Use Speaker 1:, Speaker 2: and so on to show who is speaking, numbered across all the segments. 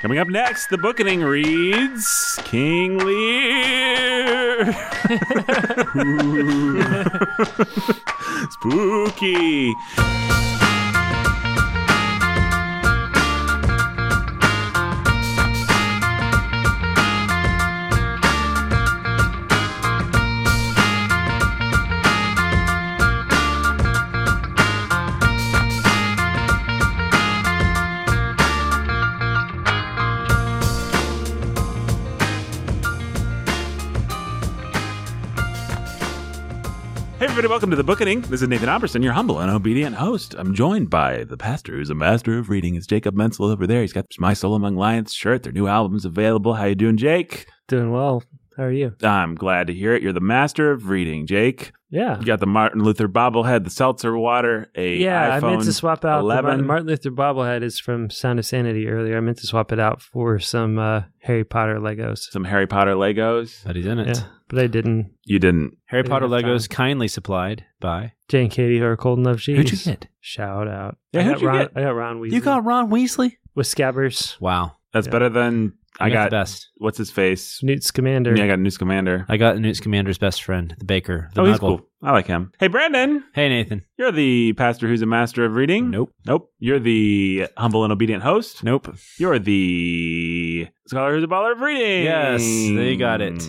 Speaker 1: Coming up next, the bookening reads King Lear. Spooky. Hey, everybody, welcome to The Bookening. This is Nathan Oberson, your humble and obedient host. I'm joined by the pastor who's a master of reading. It's Jacob Menzel over there. He's got My Soul Among Lions shirt. Their new album's available. How you doing, Jake?
Speaker 2: Doing well. How are you?
Speaker 1: I'm glad to hear it. You're the master of reading, Jake.
Speaker 2: Yeah.
Speaker 1: You got the Martin Luther bobblehead, the seltzer water, a
Speaker 2: Yeah, I
Speaker 1: iPhone.
Speaker 2: meant to swap out
Speaker 1: 11.
Speaker 2: The Martin, Martin Luther bobblehead is from Sound of Sanity earlier. I meant to swap it out for some uh, Harry Potter Legos.
Speaker 1: some Harry Potter Legos.
Speaker 3: But he didn't.
Speaker 2: Yeah, but I didn't.
Speaker 1: You didn't.
Speaker 3: Harry
Speaker 2: They
Speaker 3: Potter
Speaker 2: didn't have
Speaker 3: Legos kindly supplied by.
Speaker 2: Jane Katie or Cold Enough Cheese.
Speaker 3: Who'd you get?
Speaker 2: Shout out.
Speaker 1: Yeah,
Speaker 2: I
Speaker 1: who'd
Speaker 2: got
Speaker 1: you
Speaker 2: Ron,
Speaker 1: get?
Speaker 2: I got Ron Weasley.
Speaker 3: You got Ron Weasley.
Speaker 2: with Scabbers,
Speaker 3: Wow,
Speaker 1: That's
Speaker 2: Yeah.
Speaker 1: better than I
Speaker 3: the
Speaker 1: got.
Speaker 3: best.
Speaker 1: what's his face?
Speaker 2: Newt's Commander.
Speaker 1: Yeah, I got News Commander.
Speaker 3: I got Newt's commander's best friend, the baker, the
Speaker 1: oh, he's
Speaker 3: muggle.
Speaker 1: cool. I like him. Hey, Brandon,
Speaker 3: Hey, Nathan.
Speaker 1: you're the pastor who's a master of reading.
Speaker 3: Nope.
Speaker 1: Nope. You're the humble and obedient host.
Speaker 3: Nope.
Speaker 1: You're the scholar who's a baller of reading.
Speaker 3: Yes, they got it.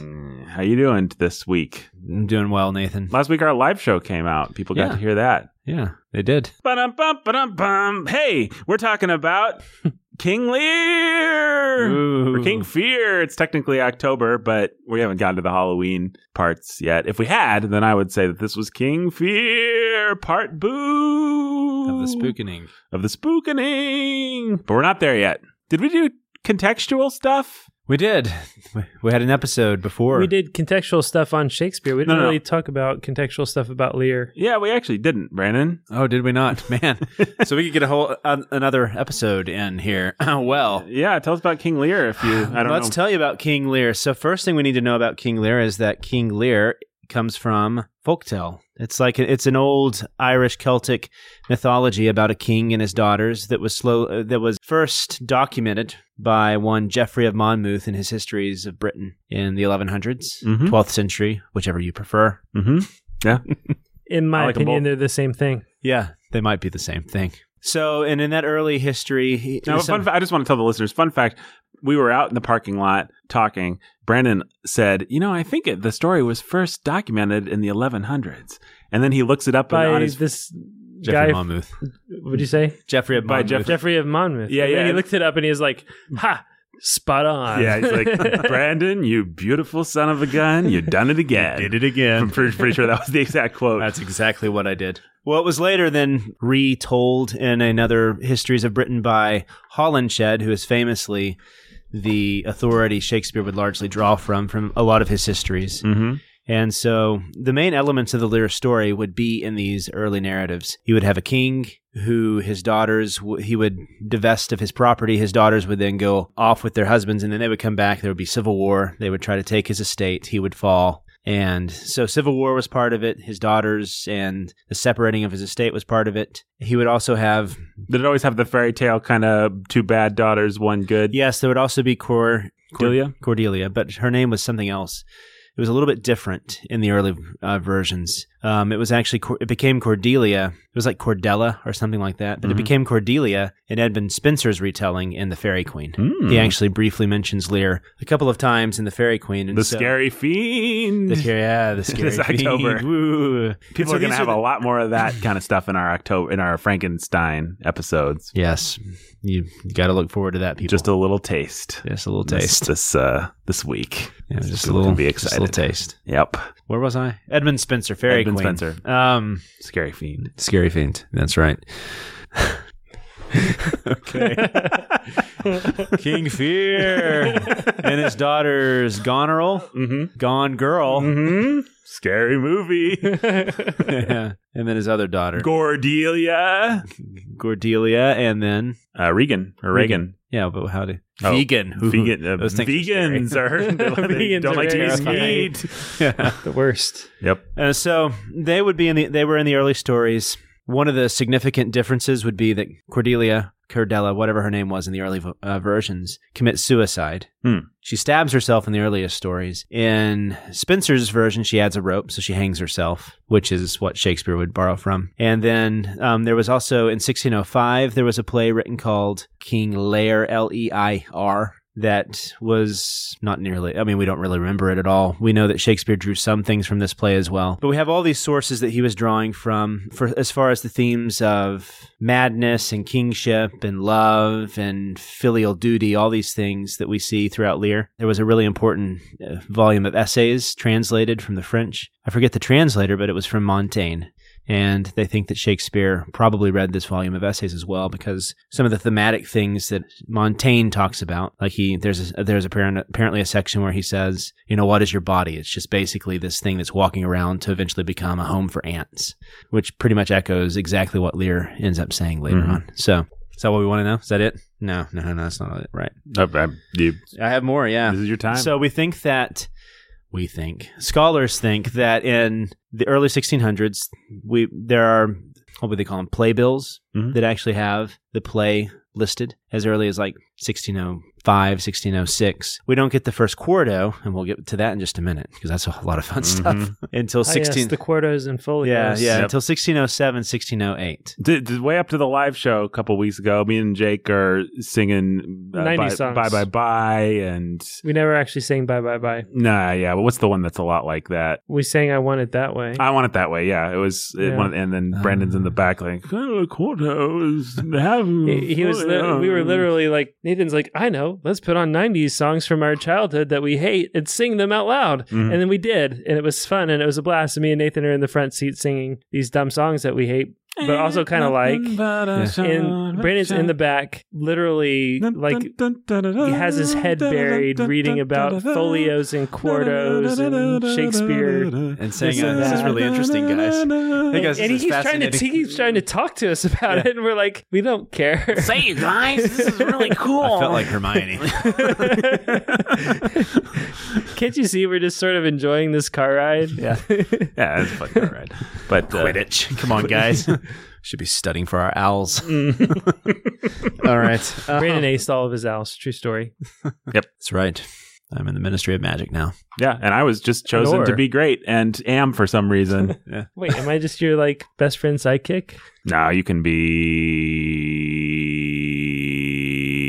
Speaker 1: How you doing this week?
Speaker 3: I'm doing well, Nathan.
Speaker 1: Last week our live show came out. People got
Speaker 3: Yeah.
Speaker 1: to hear that.
Speaker 3: Yeah, they did.
Speaker 1: Ba-dum, bum, ba-dum, bum. Hey, we're talking about King Lear.
Speaker 3: Ooh.
Speaker 1: For King Fear, it's technically October, but we haven't gotten to the Halloween parts yet. If we had, then I would say that this was King Fear Part Boo
Speaker 3: of the spookening.
Speaker 1: of the spookening. But we're not there yet. Did we do contextual stuff?
Speaker 3: We did. We- We had an episode before.
Speaker 2: We did contextual stuff on Shakespeare. We didn't
Speaker 1: No, no,
Speaker 2: really talk about contextual stuff about Lear.
Speaker 1: Yeah, we actually didn't, Brandon.
Speaker 3: Oh, did we not? Man. so we could get a whole an another episode in here. well,
Speaker 1: Yeah, tell us about King Lear if you. I don't
Speaker 3: Let's
Speaker 1: know.
Speaker 3: tell you about King Lear. So first thing we need to know about King Lear is that King Lear comes from folktale. It's like it's an old Irish Celtic mythology about a king and his daughters that was slow uh, that was first documented by one Geoffrey of Monmouth in his histories of Britain in the 1100s,
Speaker 1: Mhm.
Speaker 3: 12th century, whichever you prefer.
Speaker 1: mm-hmm.
Speaker 2: In my
Speaker 1: I like 'em both.
Speaker 2: opinion, they're the same thing.
Speaker 3: Yeah, they might be the same thing. So, and in that early history, he,
Speaker 1: Now,
Speaker 3: some-
Speaker 1: fun fa- I just want to tell the listeners. Fun fact: We were out in the parking lot talking. Brandon said, "You know, I think it, the story was first documented in the 1100s." And then he looks it up
Speaker 2: By
Speaker 1: on his
Speaker 2: this
Speaker 3: Geoffrey
Speaker 2: guy,
Speaker 3: of Monmouth.
Speaker 2: what'd you say?
Speaker 3: Geoffrey of
Speaker 1: By
Speaker 3: Monmouth.
Speaker 1: Geoffrey-
Speaker 2: Jeffrey of Monmouth.
Speaker 1: Yeah,
Speaker 2: And then
Speaker 1: yeah.
Speaker 2: He looked it up and he was like, "Ha, spot on."
Speaker 1: yeah. He's like, "Brandon, you beautiful son of a gun, you done it again."
Speaker 3: did it again.
Speaker 1: I'm pretty, pretty sure that was the exact quote.
Speaker 3: That's exactly what I did. Well, it was later then retold in another Histories of Britain by Holinshed, who is famously the authority Shakespeare would largely draw from from a lot of his histories.
Speaker 1: mm-hmm.
Speaker 3: And so the main elements of the Lear story would be in these early narratives. You would have a king who his daughters, w- he would divest of his property. His daughters would then go off with their husbands and then they would come back. There would be civil war. They would try to take his estate. He would fall. And so civil war was part of it. His daughters and the separating of his estate was part of it. He would also have
Speaker 1: Did it always have the fairy tale kind of two bad daughters, one good?
Speaker 3: Yes, there would also be Cor- Cor-
Speaker 1: Delia?
Speaker 3: Cordelia, but her name was something else. It was a little bit different in the early uh, versions. Um, it was actually Cor- it became Cordelia. It was like Cordella or something like that, but
Speaker 1: Mhm.
Speaker 3: it became Cordelia in Edmund Spenser's retelling in The Fairy Queen.
Speaker 1: Hmm.
Speaker 3: He actually briefly mentions Lear a couple of times in The Fairy Queen. And
Speaker 1: the
Speaker 3: so-
Speaker 1: scary fiend.
Speaker 3: The, scary- yeah, the scary.
Speaker 1: It's October.
Speaker 3: fiend. Woo.
Speaker 1: People
Speaker 3: So
Speaker 1: are going to
Speaker 3: these
Speaker 1: have a
Speaker 3: the-
Speaker 1: lot more of that kind of stuff in our October in our Frankenstein episodes.
Speaker 3: Yes, you got to look forward to that, people.
Speaker 1: Just a little taste.
Speaker 3: just a little
Speaker 1: This,
Speaker 3: taste.
Speaker 1: this uh this week.
Speaker 3: Yeah, just a
Speaker 1: People can
Speaker 3: little,
Speaker 1: be
Speaker 3: just a little
Speaker 1: excited.
Speaker 3: taste.
Speaker 1: Yep.
Speaker 3: Where was I? Edmund Spenser, Fairy
Speaker 1: Edmund
Speaker 3: Queen.
Speaker 1: Spenser.
Speaker 3: Um,
Speaker 1: Scary fiend.
Speaker 3: Scary Fiend. That's right. okay. King Fear and his daughter's Goneril,
Speaker 1: Mm-hmm.
Speaker 3: Gone Girl,
Speaker 1: Mm-hmm. Scary movie.
Speaker 3: and then his other daughter,
Speaker 1: Gordelia.
Speaker 3: Cordelia, and then
Speaker 1: Uh, Regan or Reagan.
Speaker 3: yeah, but how do
Speaker 1: Oh,
Speaker 3: vegan? Ooh,
Speaker 1: Vegan. Uh,
Speaker 3: those things are
Speaker 1: vegans are, they,
Speaker 2: Vegans
Speaker 1: don't
Speaker 2: are
Speaker 1: like to use
Speaker 2: terrifying.
Speaker 1: meat.
Speaker 3: scary. yeah.
Speaker 2: the worst.
Speaker 1: Yep.
Speaker 3: Uh, so they would be in the they were in the early stories. One of the significant differences would be that Cordelia, Cordella, whatever her name was in the early v- uh, versions, commits suicide.
Speaker 1: Hmm.
Speaker 3: She stabs herself in the earliest stories. In Spencer's version, she adds a rope, so she hangs herself, which is what Shakespeare would borrow from. And then um, there was also in 1605, there was a play written called King Lear, L E I R. That was not nearly, I mean, we don't really remember it at all. We know that Shakespeare drew some things from this play as well. But we have all these sources that he was drawing from for as far as the themes of madness and kingship and love and filial duty, all these things that we see throughout Lear. There was a really important uh, volume of essays translated from the French. I forget the translator, but it was from Montaigne. And they think that Shakespeare probably read this volume of essays as well because some of the thematic things that Montaigne talks about, like he there's a, there's apparent, apparently a section where he says, you know, what is your body? It's just basically this thing that's walking around to eventually become a home for ants, which pretty much echoes exactly what Lear ends up saying later
Speaker 1: Mhm.
Speaker 3: on. So is that what we want to know? Is that it? No, no, no, no, that's not it. Right.
Speaker 1: Oh, I'm- you-
Speaker 3: I have more. Yeah.
Speaker 1: This is your time.
Speaker 3: So we think that we think scholars think that in the early 1600s, we there are what would they call them playbills
Speaker 1: Mhm.
Speaker 3: that actually have the play listed as early as like 1605, 1606. We don't get the first quarto, and we'll get to that in just a minute because that's a lot of fun stuff.
Speaker 1: Mhm.
Speaker 3: Until
Speaker 2: Ah, yes,
Speaker 3: 16,
Speaker 2: the quartos and
Speaker 3: yeah,
Speaker 2: folios.
Speaker 3: yeah,
Speaker 1: Yep.
Speaker 3: until 1607, 1608.
Speaker 1: Did, did way up to the live show a couple weeks ago. Me and Jake are singing uh,
Speaker 2: 90
Speaker 1: bye,
Speaker 2: songs.
Speaker 1: bye bye bye and
Speaker 2: We never actually sang bye bye bye.
Speaker 1: nah yeah. But what's the one that's a lot like that?
Speaker 2: We sang I want it that way.
Speaker 1: I want it that way. Yeah, it was. It
Speaker 2: Yeah. Uh.
Speaker 1: went- and then Brandon's in the back like oh, Quarto is half.
Speaker 2: he, he was
Speaker 1: Oh,
Speaker 2: li- we were literally like Nathan's like I know let's put on 90s songs from our childhood that we hate and sing them out loud
Speaker 1: Mhm.
Speaker 2: and then we did and it was fun and it was a blast and me and Nathan are in the front seat singing these dumb songs that we hate but also kind of like and Brandon's in the back literally like he has his head buried reading about folios and quartos and Shakespeare
Speaker 3: And
Speaker 1: This
Speaker 3: saying, uh, this is really interesting, guys. Hey, guys,
Speaker 2: and he
Speaker 3: this is
Speaker 2: keeps trying to he
Speaker 3: fascinating.
Speaker 2: keeps trying to talk to us about it and we're like we don't care
Speaker 4: Say, guys, this is really cool.
Speaker 3: I felt like Hermione.
Speaker 2: Can't you see we're just sort of enjoying this car ride? Yeah.
Speaker 1: Yeah, that's fucking all right. But uh,
Speaker 3: Quidditch. Come on, guys. Should be studying for our owls. All right. Uh,
Speaker 2: Mm. Brandon aced all of his owls. True story.
Speaker 3: that's right. I'm in the Ministry of Magic now.
Speaker 1: yeah, and I was just chosen
Speaker 2: Nor.
Speaker 1: to be great and am for some reason.
Speaker 2: Wait, am I just your like best friend sidekick?
Speaker 1: No, you can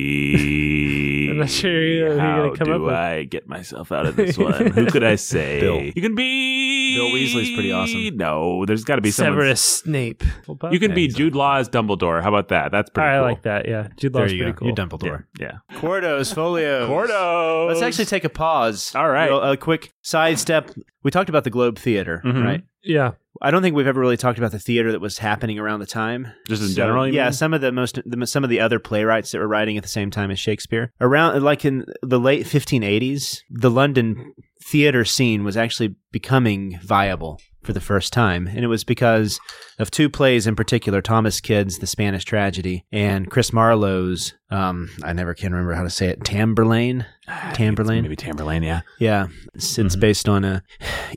Speaker 1: be.
Speaker 2: I'm not sure who you're
Speaker 1: How
Speaker 2: gonna come
Speaker 1: do
Speaker 2: up with.
Speaker 1: I get myself out of this one? who could I say?
Speaker 3: Bill.
Speaker 1: You can be.
Speaker 3: Bill Weasley's pretty awesome.
Speaker 1: No, there's got to be someone.
Speaker 2: Severus Snape. You
Speaker 1: You can
Speaker 3: Yeah,
Speaker 1: be
Speaker 3: he's
Speaker 1: Jude Law as Dumbledore. How about that? That's pretty
Speaker 2: I
Speaker 1: cool.
Speaker 2: like that. Yeah, Jude
Speaker 3: There
Speaker 2: Law's
Speaker 3: you
Speaker 2: pretty
Speaker 3: go.
Speaker 2: cool.
Speaker 3: You're Dumbledore.
Speaker 1: Yeah. yeah.
Speaker 3: Quartos, folios.
Speaker 1: Gordo.
Speaker 3: Let's actually take a pause.
Speaker 1: All right.
Speaker 3: Real- A quick sidestep. We talked about the Globe Theater,
Speaker 1: Mhm.
Speaker 3: right?
Speaker 2: Yeah,
Speaker 3: I don't think we've ever really talked about the theater that was happening around the time.
Speaker 1: Just in
Speaker 3: So,
Speaker 1: general, you
Speaker 3: yeah,
Speaker 1: mean?
Speaker 3: some of the most the, some of the other playwrights that were writing at the same time as Shakespeare around like in the late 1580s, the London theater scene was actually becoming viable for the first time, and it was because of two plays in particular: Thomas Kidd's *The Spanish Tragedy* and Chris Marlowe's um, I never can remember how to say it, *Tamburlaine*. Tamburlaine.
Speaker 1: Ah, Maybe Tamburlaine, yeah.
Speaker 3: Yeah, it's, it's based on a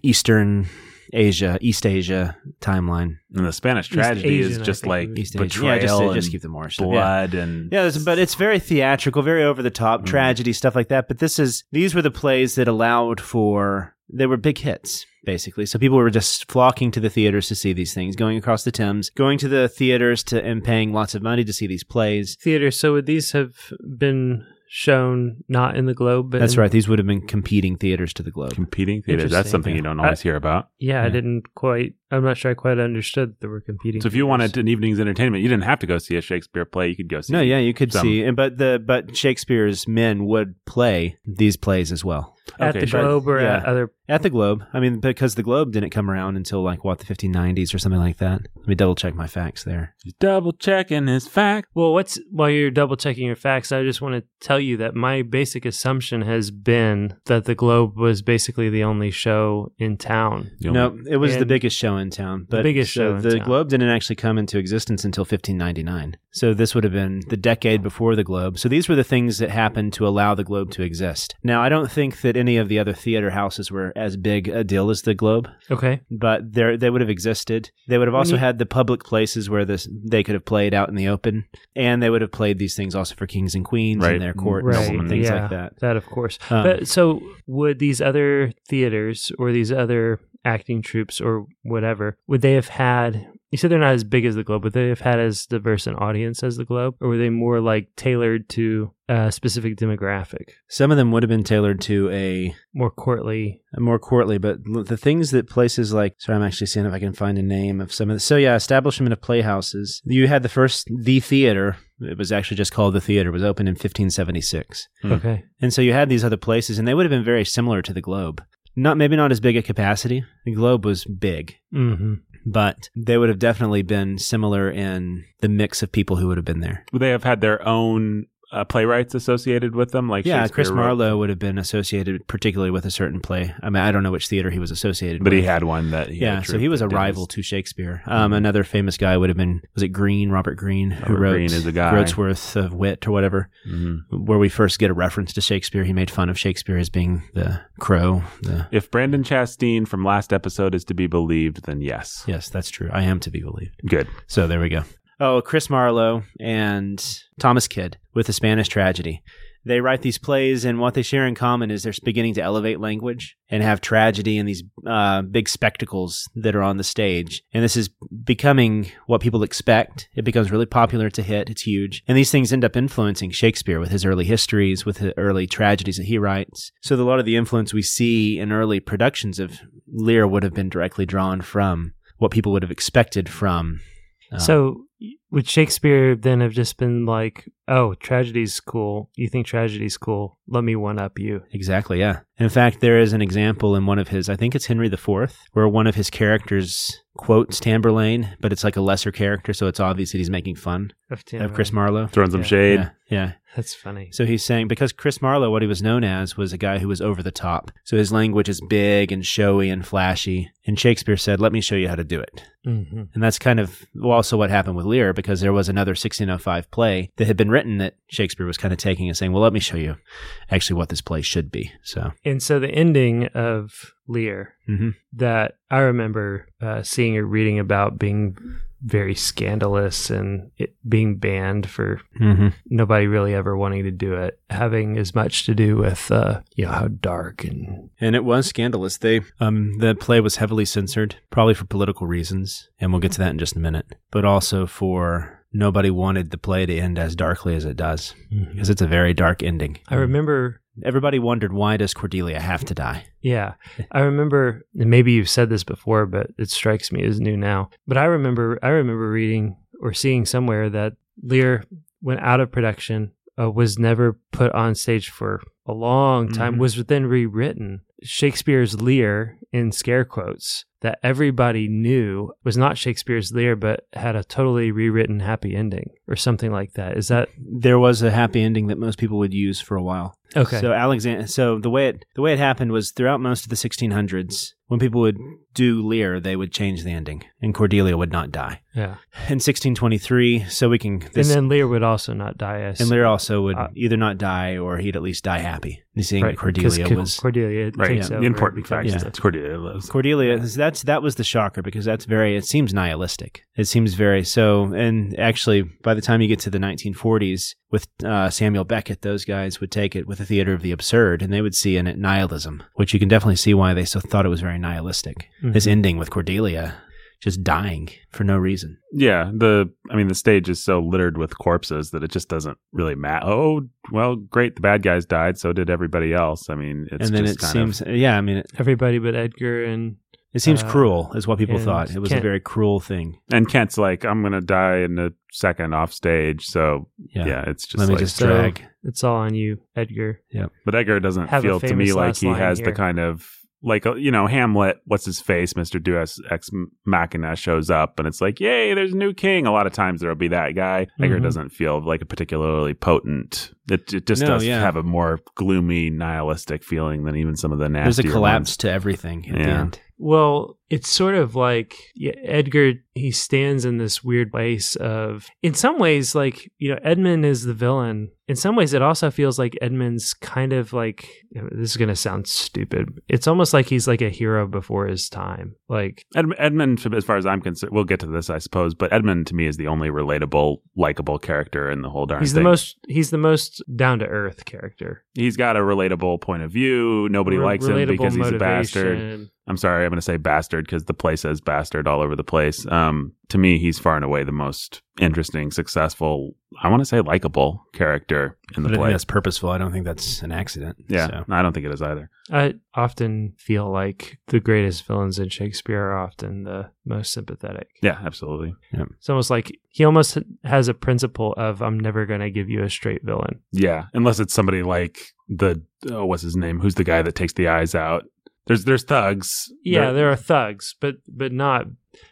Speaker 3: Eastern Asia, East Asia timeline.
Speaker 1: And the Spanish tragedy
Speaker 2: Asian,
Speaker 1: is
Speaker 2: I
Speaker 1: just
Speaker 2: think
Speaker 1: like
Speaker 2: it was.
Speaker 3: East Asia.
Speaker 1: betrayal
Speaker 3: Yeah, just,
Speaker 1: and
Speaker 3: just keep the Moorish stuff. Yeah.
Speaker 1: blood and
Speaker 3: Yeah, it's- but it's very theatrical, very over the top,
Speaker 1: Mm-hmm.
Speaker 3: tragedy stuff like that. But this is these were the plays that allowed for they were big hits basically. So people were just flocking to the theaters to see these things, going across the Thames, going to the theaters to and paying lots of money to see these plays.
Speaker 2: theater. So would these have been shown not in the Globe? But
Speaker 3: That's
Speaker 2: in-
Speaker 3: right. These would have been competing theaters to the Globe.
Speaker 1: competing theaters. That's
Speaker 2: Interesting,
Speaker 1: something
Speaker 2: yeah.
Speaker 1: you don't always hear about.
Speaker 2: Yeah, I
Speaker 3: Yeah.
Speaker 2: didn't quite. I'm not sure I quite understood that we're competing.
Speaker 1: So if you wanted an evening's entertainment, you didn't have to go see a Shakespeare play. You could go see.
Speaker 3: No, yeah, you could
Speaker 1: some.
Speaker 3: see, and but the but Shakespeare's men would play these plays as well
Speaker 2: at
Speaker 1: Okay,
Speaker 2: the
Speaker 1: sure.
Speaker 2: Globe or at
Speaker 3: Yeah.
Speaker 2: other
Speaker 3: at the Globe. I mean, because the Globe didn't come around until like what the 1590s or something like that. Let me double check my facts there.
Speaker 1: He's double checking his fact.
Speaker 2: Well, what's while you're double checking your facts, I just want to tell you that my basic assumption has been that the Globe was basically the only show in town.
Speaker 1: You know,
Speaker 3: No, it was the
Speaker 2: And-
Speaker 3: biggest show in town. But
Speaker 2: biggest
Speaker 3: so
Speaker 2: show in
Speaker 3: the
Speaker 2: town.
Speaker 3: Globe didn't actually come into existence until 1599. So this would have been the decade before the Globe. So these were the things that happened to allow the Globe to exist. Now, I don't think that any of the other theater houses were as big a deal as the Globe,
Speaker 2: Okay.
Speaker 3: but they they would have existed. They would have also
Speaker 2: you-
Speaker 3: had the public places where this they could have played out in the open, and they would have played these things also for kings and queens
Speaker 1: Right.
Speaker 3: and their courts
Speaker 1: Noblemen.
Speaker 3: and things
Speaker 2: yeah,
Speaker 3: like that.
Speaker 2: of course.
Speaker 3: Um,
Speaker 2: but so would these other theaters or these other acting troops or whatever, would they have had you said they're not as big as the Globe, would they have had as diverse an audience as the Globe? Or were they more like tailored to a specific demographic?
Speaker 3: Some of them would have been tailored to a
Speaker 2: More courtly.
Speaker 3: more courtly, but l- the things that places like sorry, I'm actually seeing if I can find a name of some of the so yeah, establishment of playhouses. You had the first the theater. It was actually just called the theater. Was opened in 1576,
Speaker 1: Hmm.
Speaker 2: Okay.
Speaker 3: and so you had these other places, and they would have been very similar to the Globe. Not maybe not as big a capacity. The Globe was big,
Speaker 2: Mm-hmm.
Speaker 3: Uh-huh. but they would have definitely been similar in the mix of people who would have been there.
Speaker 1: Would they have had their own uh, playwrights associated with them? Like
Speaker 3: yeah,
Speaker 1: Shakespeare
Speaker 3: Chris
Speaker 1: wrote-
Speaker 3: Marlowe would have been associated particularly with a certain play. I mean, I don't know which theater he was associated,
Speaker 1: but
Speaker 3: with.
Speaker 1: he had one that he
Speaker 3: yeah,
Speaker 1: had
Speaker 3: so
Speaker 1: troupe
Speaker 3: he was a
Speaker 1: that did
Speaker 3: rival
Speaker 1: his-
Speaker 3: to Shakespeare. Um, Another famous guy would have been was it Green, Robert Green, who
Speaker 1: Robert
Speaker 3: wrote
Speaker 1: Greene is a guy.
Speaker 3: Wordsworth of Wit or whatever,
Speaker 1: Mhm.
Speaker 3: where we first get a reference to Shakespeare. He made fun of Shakespeare as being the crow. The
Speaker 1: If Brandon Chastain from last episode is to be believed, then yes,
Speaker 3: yes, that's true. I am to be believed.
Speaker 1: good.
Speaker 3: So there we go. Oh, Chris Marlowe and Thomas Kidd with the Spanish Tragedy. They write these plays, and what they share in common is they're beginning to elevate language and have tragedy and these uh, big spectacles that are on the stage. And this is becoming what people expect. It becomes really popular to hit. It's huge. And these things end up influencing Shakespeare with his early histories, with the early tragedies that he writes. So the- a lot of the influence we see in early productions of Lear would have been directly drawn from what people would have expected from. um,
Speaker 2: so would Shakespeare then have just been like, "Oh, tragedy's cool. You think tragedy's cool? Let me one up you."
Speaker 3: Exactly, yeah. In fact, there is an example in one of his, I think it's Henry IV, where one of his characters quotes Tamburlaine, but it's like a lesser character, so it's obvious that he's making fun
Speaker 2: Of,
Speaker 3: of Chris Marlowe.
Speaker 1: Throwing some
Speaker 2: Yeah.
Speaker 1: shade.
Speaker 3: Yeah, yeah.
Speaker 2: That's funny.
Speaker 3: So he's saying because Chris Marlowe, what he was known as, was a guy who was over the top. So his language is big and showy and flashy. And Shakespeare said, "Let me show you how to do it."
Speaker 2: hmm
Speaker 3: And that's kind of well, also what happened with Lear because there was another 1605 play that had been written that Shakespeare was kind of taking and saying, "Well, let me show you actually what this play should be." So
Speaker 2: And so the ending of Lear
Speaker 3: Mhm.
Speaker 2: that I remember uh, seeing or reading about being very scandalous and it being banned for
Speaker 3: mm-hmm.
Speaker 2: nobody really ever wanting to do it, having as much to do with uh, you know how dark and
Speaker 3: And it was scandalous. They um the play was heavily censored, probably for political reasons, and we'll get to that in just a minute. But also for nobody wanted the play to end as darkly as it does because it's a very dark ending.
Speaker 2: I remember
Speaker 3: everybody wondered why does Cordelia have to die?
Speaker 2: Yeah. I remember and maybe you've said this before, but it strikes me as new now. But I remember I remember reading or seeing somewhere that Lear went out of production, uh, was never put on stage for a long time,
Speaker 3: Mm-hmm.
Speaker 1: Mhm.
Speaker 2: was then rewritten. Shakespeare's Lear in scare quotes that everybody knew was not Shakespeare's Lear, but had a totally rewritten happy ending or something like that. Is that
Speaker 3: There was a happy ending that most people would use for a while.
Speaker 2: okay?
Speaker 3: So Alexander, so the way it the way it happened was throughout most of the 1600s, when people would do Lear, they would change the ending, and Cordelia would not die.
Speaker 2: yeah.
Speaker 3: In 1623, so we can this
Speaker 2: and then Lear would also not die as
Speaker 3: And Lear also would
Speaker 2: Uh,
Speaker 3: either not die or he'd at least die happy. You seeing
Speaker 2: Right, 'cause
Speaker 3: Cordelia
Speaker 2: Co-
Speaker 3: was
Speaker 2: Cordelia
Speaker 1: Right,
Speaker 2: takes
Speaker 1: the
Speaker 2: over
Speaker 1: important
Speaker 2: because-
Speaker 1: fact
Speaker 3: Yeah.
Speaker 1: is that's Cordelia lives.
Speaker 3: Cordelia. That's that was the shocker because that's very. It seems nihilistic. It seems very so. And actually, by the time you get to the 1940s with uh, Samuel Beckett, those guys would take it with the theater of the absurd, and they would see in it nihilism, which you can definitely see why they so thought it was very nihilistic.
Speaker 1: Mm-hmm.
Speaker 2: Mhm.
Speaker 3: This ending with Cordelia just dying for no reason.
Speaker 1: Yeah, the I mean the stage is so littered with corpses that it just doesn't really matter. Oh well, great, the bad guys died, so did everybody else. I mean, it's
Speaker 3: and then
Speaker 1: just
Speaker 3: it
Speaker 1: kind
Speaker 3: seems, yeah, I mean, it,
Speaker 2: everybody but Edgar and
Speaker 3: it seems
Speaker 2: Uh,
Speaker 3: cruel, is what people
Speaker 2: and
Speaker 3: thought. It was a
Speaker 2: Kent-
Speaker 3: very cruel thing.
Speaker 1: of, and Kent's like, I'm gonna die in a second off stage. So yeah,
Speaker 3: Yeah,
Speaker 1: it's just
Speaker 3: let me
Speaker 1: like,
Speaker 3: just
Speaker 2: so-
Speaker 3: drag.
Speaker 2: it's all on you, Edgar.
Speaker 1: but Edgar doesn't
Speaker 2: have a
Speaker 1: feel to
Speaker 2: famous
Speaker 1: me like
Speaker 2: last
Speaker 1: he
Speaker 2: line
Speaker 1: has the
Speaker 2: here.
Speaker 1: kind of like uh, you know Hamlet. What's his face? Mister Deus Ex Machina shows up, and it's like, yay, there's a new king. A lot of times there'll be that guy. Edgar
Speaker 2: Mhm.
Speaker 1: doesn't feel like a particularly potent. It, it just
Speaker 3: No,
Speaker 1: does
Speaker 3: yeah.
Speaker 1: have a more gloomy, nihilistic feeling than even some of the nasty.
Speaker 3: There's a collapse to everything at the
Speaker 1: Yeah.
Speaker 3: end.
Speaker 2: Well, it's sort of like yeah, Edgar, he stands in this weird place of, in some ways, like, you know, Edmund is the villain. In some ways, it also feels like Edmund's kind of like, this is going to sound stupid. It's almost like he's like a hero before his time. Like,
Speaker 1: Ed- Edmund, as far as I'm concerned, we'll get to this, I suppose, but Edmund to me is the only relatable, likable character in the whole darn
Speaker 2: he's
Speaker 1: thing.
Speaker 2: the most, he's the most down to earth character.
Speaker 1: he's got a relatable point of view. Nobody
Speaker 2: Re-
Speaker 1: likes him
Speaker 2: relatable
Speaker 1: because he's a bastard.
Speaker 2: motivation.
Speaker 1: I'm sorry, I'm going to say bastard because the play says bastard all over the place. Um, to me, he's far and away the most interesting, successful, I want to say likable character in the
Speaker 3: But I think
Speaker 1: play.
Speaker 3: that's purposeful. I don't think that's an accident.
Speaker 1: Yeah,
Speaker 3: So.
Speaker 1: I don't think it is either.
Speaker 2: I often feel like the greatest villains in Shakespeare are often the most sympathetic.
Speaker 1: Yeah, absolutely.
Speaker 2: It's almost like he almost has a principle of I'm never going to give you a straight villain.
Speaker 1: Yeah, unless it's somebody like the oh, what's his name? Who's the guy that takes the eyes out? There's there's thugs.
Speaker 2: Yeah,
Speaker 1: They're-
Speaker 2: there are thugs, but but not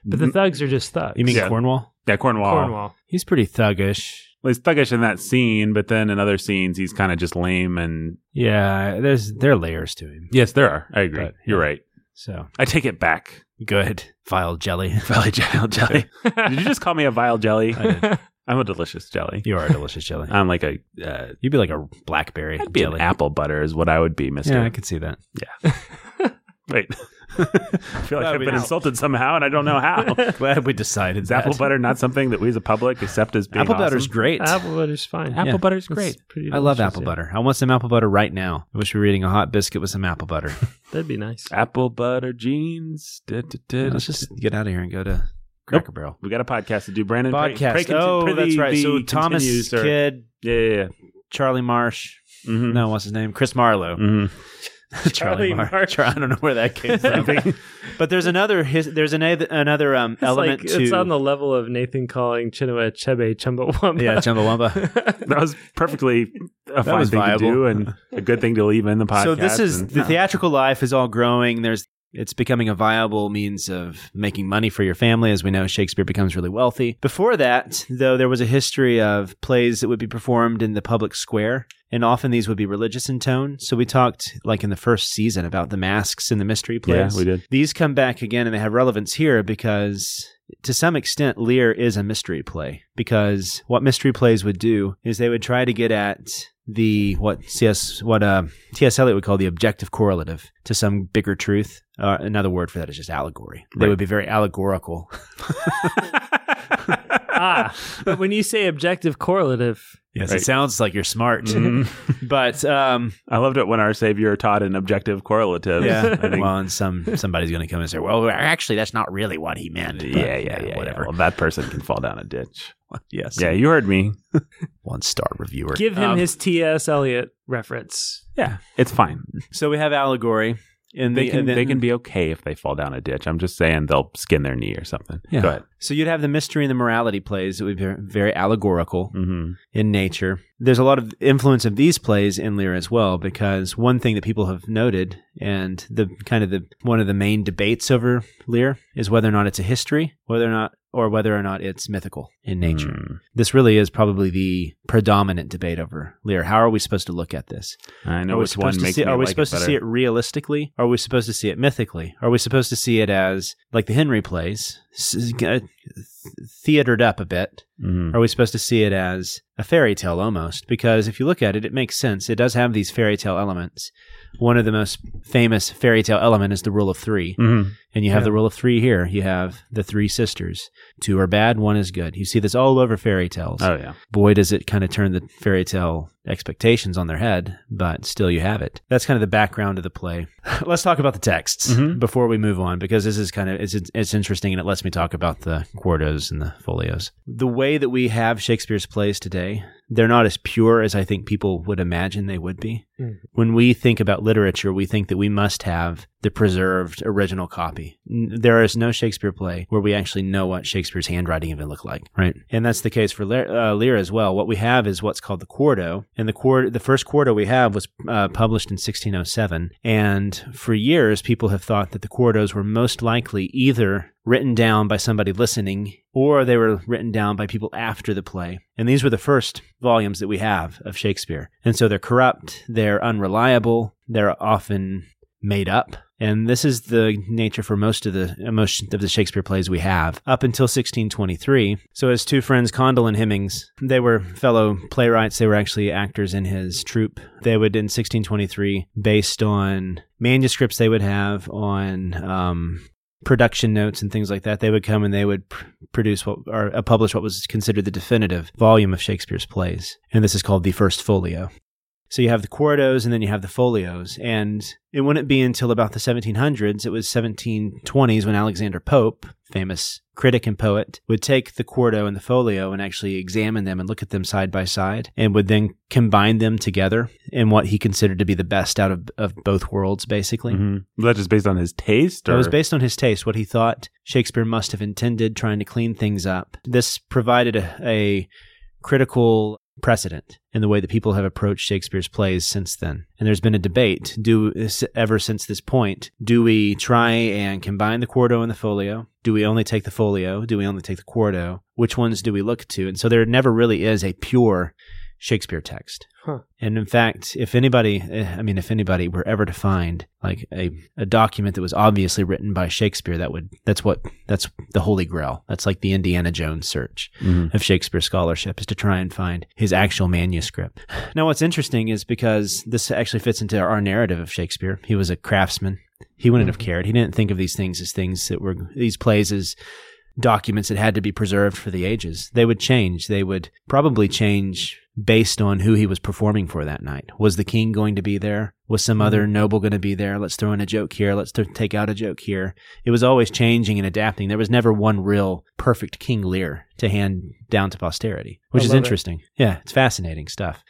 Speaker 2: but the thugs are just thugs.
Speaker 3: You mean
Speaker 1: Yeah.
Speaker 3: Cornwall?
Speaker 1: yeah, Cornwall.
Speaker 2: Cornwall?
Speaker 3: He's pretty thuggish.
Speaker 1: Well, he's thuggish in that scene, but then in other scenes he's kind of just lame. And
Speaker 3: Yeah, there's there are layers to him.
Speaker 1: yes, there are. I agree.
Speaker 3: But-
Speaker 1: You're right.
Speaker 3: So
Speaker 1: I take it back.
Speaker 3: good. Vile jelly.
Speaker 1: Vile jelly. jelly. Did you just call me a vile jelly?
Speaker 3: I did.
Speaker 1: I'm a delicious jelly.
Speaker 3: You are a delicious jelly.
Speaker 1: I'm like a. Uh,
Speaker 3: You'd be like a blackberry.
Speaker 1: I'd be
Speaker 3: jelly.
Speaker 1: an apple butter is what I would be, Mister.
Speaker 3: Yeah, I could see that.
Speaker 1: Wait. I feel like
Speaker 3: That'd
Speaker 1: I've
Speaker 3: be
Speaker 1: been
Speaker 3: out.
Speaker 1: insulted somehow, and I don't know how.
Speaker 3: Glad we decided.
Speaker 1: Is apple butter not something that we as a public accept as being
Speaker 3: Apple butter's
Speaker 1: awesome?
Speaker 3: great.
Speaker 2: apple butter's fine.
Speaker 1: Apple
Speaker 3: Yeah.
Speaker 1: butter's
Speaker 2: That's
Speaker 1: great.
Speaker 2: pretty
Speaker 3: I love
Speaker 2: delicious,
Speaker 3: apple
Speaker 2: yeah.
Speaker 3: butter. I want some apple butter right now. I wish we were eating a hot biscuit with some apple butter.
Speaker 2: That'd be nice.
Speaker 1: Apple butter jeans. Da, da, da,
Speaker 3: Let's
Speaker 1: da,
Speaker 3: just get out of here and go to Cracker Barrel.
Speaker 1: da. we got a podcast to do, Brandon. Pray-
Speaker 3: Podcast.
Speaker 1: pray conti-
Speaker 3: oh,
Speaker 1: prithee
Speaker 3: that's right.
Speaker 1: thee
Speaker 3: So
Speaker 1: continues,
Speaker 3: Thomas
Speaker 1: sir.
Speaker 3: Kidd,
Speaker 1: Yeah, yeah, yeah.
Speaker 3: Charlie Marsh.
Speaker 1: Mm-hmm.
Speaker 3: No, what's his name? Chris Marlowe.
Speaker 1: Mm-hmm.
Speaker 2: Charlie
Speaker 3: Mar-
Speaker 2: Marsh.
Speaker 3: Char- I don't know where that came from. but there's another. His, there's another another um, element
Speaker 2: it's, like,
Speaker 3: to.
Speaker 2: it's on the level of Nathan calling Chinua Achebe Chumbawamba.
Speaker 3: yeah, Chumbawamba.
Speaker 1: That was perfectly a fine
Speaker 3: was
Speaker 1: thing to do
Speaker 3: viable.
Speaker 1: and a good thing to leave in the podcast.
Speaker 3: so this is
Speaker 1: and-
Speaker 3: the theatrical life is all growing. There's it's becoming a viable means of making money for your family. As we know, Shakespeare becomes really wealthy. Before that, though, there was a history of plays that would be performed in the public square, and often these would be religious in tone. So we talked, like in the first season, about the masks and the mystery
Speaker 1: yeah,
Speaker 3: plays.
Speaker 1: we did.
Speaker 3: These come back again and they have relevance here because to some extent Lear is a mystery play because what mystery plays would do is they would try to get at the what CS what uh, T.S. Eliot would call the objective correlative to some bigger truth. Uh, another word for that is just allegory. They
Speaker 1: Right.
Speaker 3: would be very allegorical.
Speaker 2: ah, but when you say objective correlative,
Speaker 3: Yes,
Speaker 1: Right.
Speaker 3: it sounds like you're smart,
Speaker 1: Mhm.
Speaker 3: but um,
Speaker 1: I loved it when our Savior taught an objective correlative.
Speaker 3: yeah.
Speaker 1: I think.
Speaker 3: Well, and some somebody's going to come and say, "Well, actually, that's not really what he meant." but,
Speaker 1: yeah, yeah, yeah,
Speaker 3: whatever.
Speaker 1: Well, that person can fall down a ditch.
Speaker 3: Yes,
Speaker 1: Yeah, you heard me.
Speaker 3: one star reviewer.
Speaker 2: give him
Speaker 3: Um,
Speaker 2: his T.S. Eliot reference.
Speaker 1: Yeah, it's fine.
Speaker 3: So we have allegory, and
Speaker 1: They
Speaker 3: the-
Speaker 1: can
Speaker 3: and then-
Speaker 1: they can be okay if they fall down a ditch. I'm just saying they'll skin their knee or something.
Speaker 3: Yeah.
Speaker 1: Go ahead.
Speaker 3: So you'd have the mystery and the morality plays that would be ver- very allegorical
Speaker 1: Mm-hmm.
Speaker 3: in nature. There's a lot of influence of these plays in Lear as well, because one thing that people have noted, and the kind of the one of the main debates over Lear is whether or not it's a history, whether or not or whether or not it's mythical in nature.
Speaker 1: Hmm. Mm.
Speaker 3: This really is probably the predominant debate over Lear. How are we supposed to look at this?
Speaker 1: I know
Speaker 3: are we
Speaker 1: which one
Speaker 3: supposed to
Speaker 1: makes
Speaker 3: see?
Speaker 1: me
Speaker 3: Are we
Speaker 1: like
Speaker 3: supposed
Speaker 1: it
Speaker 3: to see it realistically? Are we supposed to see it mythically? Are we supposed to see it as like the Henry plays, s- uh, theatered up a bit?
Speaker 1: hmm
Speaker 3: Are we supposed to see it as a fairy tale almost? Because if you look at it, it makes sense. It does have these fairy tale elements. One of the most famous fairy tale element is the rule of three,
Speaker 1: Mm-hmm.
Speaker 3: and you have
Speaker 2: Yeah.
Speaker 3: the rule of three here. You have the three sisters. Two are bad, one is good. You see this all over fairy tales
Speaker 1: Oh yeah.
Speaker 3: boy, does it kind of turn the fairy tale expectations on their head, but still you have it. That's kind of the background of the play. Let's talk about the texts
Speaker 1: Mhm.
Speaker 3: before we move on, because this is kind of, it's, it's interesting and it lets me talk about the quartos and the folios. The way that we have Shakespeare's plays today, they're not as pure as I think people would imagine they would be.
Speaker 2: Mhm.
Speaker 3: When we think about literature, we think that we must have the preserved original copy. N- There is no Shakespeare play where we actually know what Shakespeare's handwriting even looked like, right? And that's the case for Le- uh, Lear as well. What we have is what's called the quarto, and the quarto, the first quarto we have was uh, published in 1607. And for years, people have thought that the quartos were most likely either written down by somebody listening or they were written down by people after the play. And these were the first volumes that we have of Shakespeare. And so they're corrupt, they're unreliable, they're often made up. And this is the nature for most of the most of the Shakespeare plays we have up until 1623. So his two friends Condell and Hemmings, they were fellow playwrights. They were actually actors in his troupe. They would in 1623, based on manuscripts they would have on um, production notes and things like that, they would come and they would pr- produce what or uh, publish what was considered the definitive volume of Shakespeare's plays, and this is called the First Folio. So you have the quartos and then you have the folios, and it wouldn't be until about the 1700s, it was 1720s when Alexander Pope, famous critic and poet, would take the quarto and the folio and actually examine them and look at them side by side and would then combine them together in what he considered to be the best out of, of both worlds, basically.
Speaker 1: Mhm. Was that just based on his taste? Or?
Speaker 3: It was based on his taste, what he thought Shakespeare must have intended, trying to clean things up. This provided a, a critical precedent in the way that people have approached Shakespeare's plays since then. And there's been a debate do ever since this point, do we try and combine the quarto and the folio? Do we only take the folio? Do we only take the quarto? Which ones do we look to? And so there never really is a pure Shakespeare text.
Speaker 2: Huh.
Speaker 3: And in fact, if anybody, eh, I mean, if anybody were ever to find like a, a document that was obviously written by Shakespeare, that would, that's what, that's the Holy Grail. That's like the Indiana Jones search
Speaker 1: Mhm.
Speaker 3: of Shakespeare scholarship is to try and find his actual manuscript. Now, what's interesting is because this actually fits into our narrative of Shakespeare. He was a craftsman. He wouldn't
Speaker 2: Mm-hmm.
Speaker 3: have cared. He didn't think of these things as things that were these plays as documents that had to be preserved for the ages. They would change. They would probably change based on who he was performing for that night. Was the king going to be there? Was some
Speaker 2: Mm-hmm.
Speaker 3: other noble going to be there? Let's throw in a joke here. Let's th- take out a joke here. It was always changing and adapting. There was never one real perfect King Lear to hand down to posterity, which is
Speaker 2: love it.
Speaker 3: interesting. Yeah, it's fascinating stuff.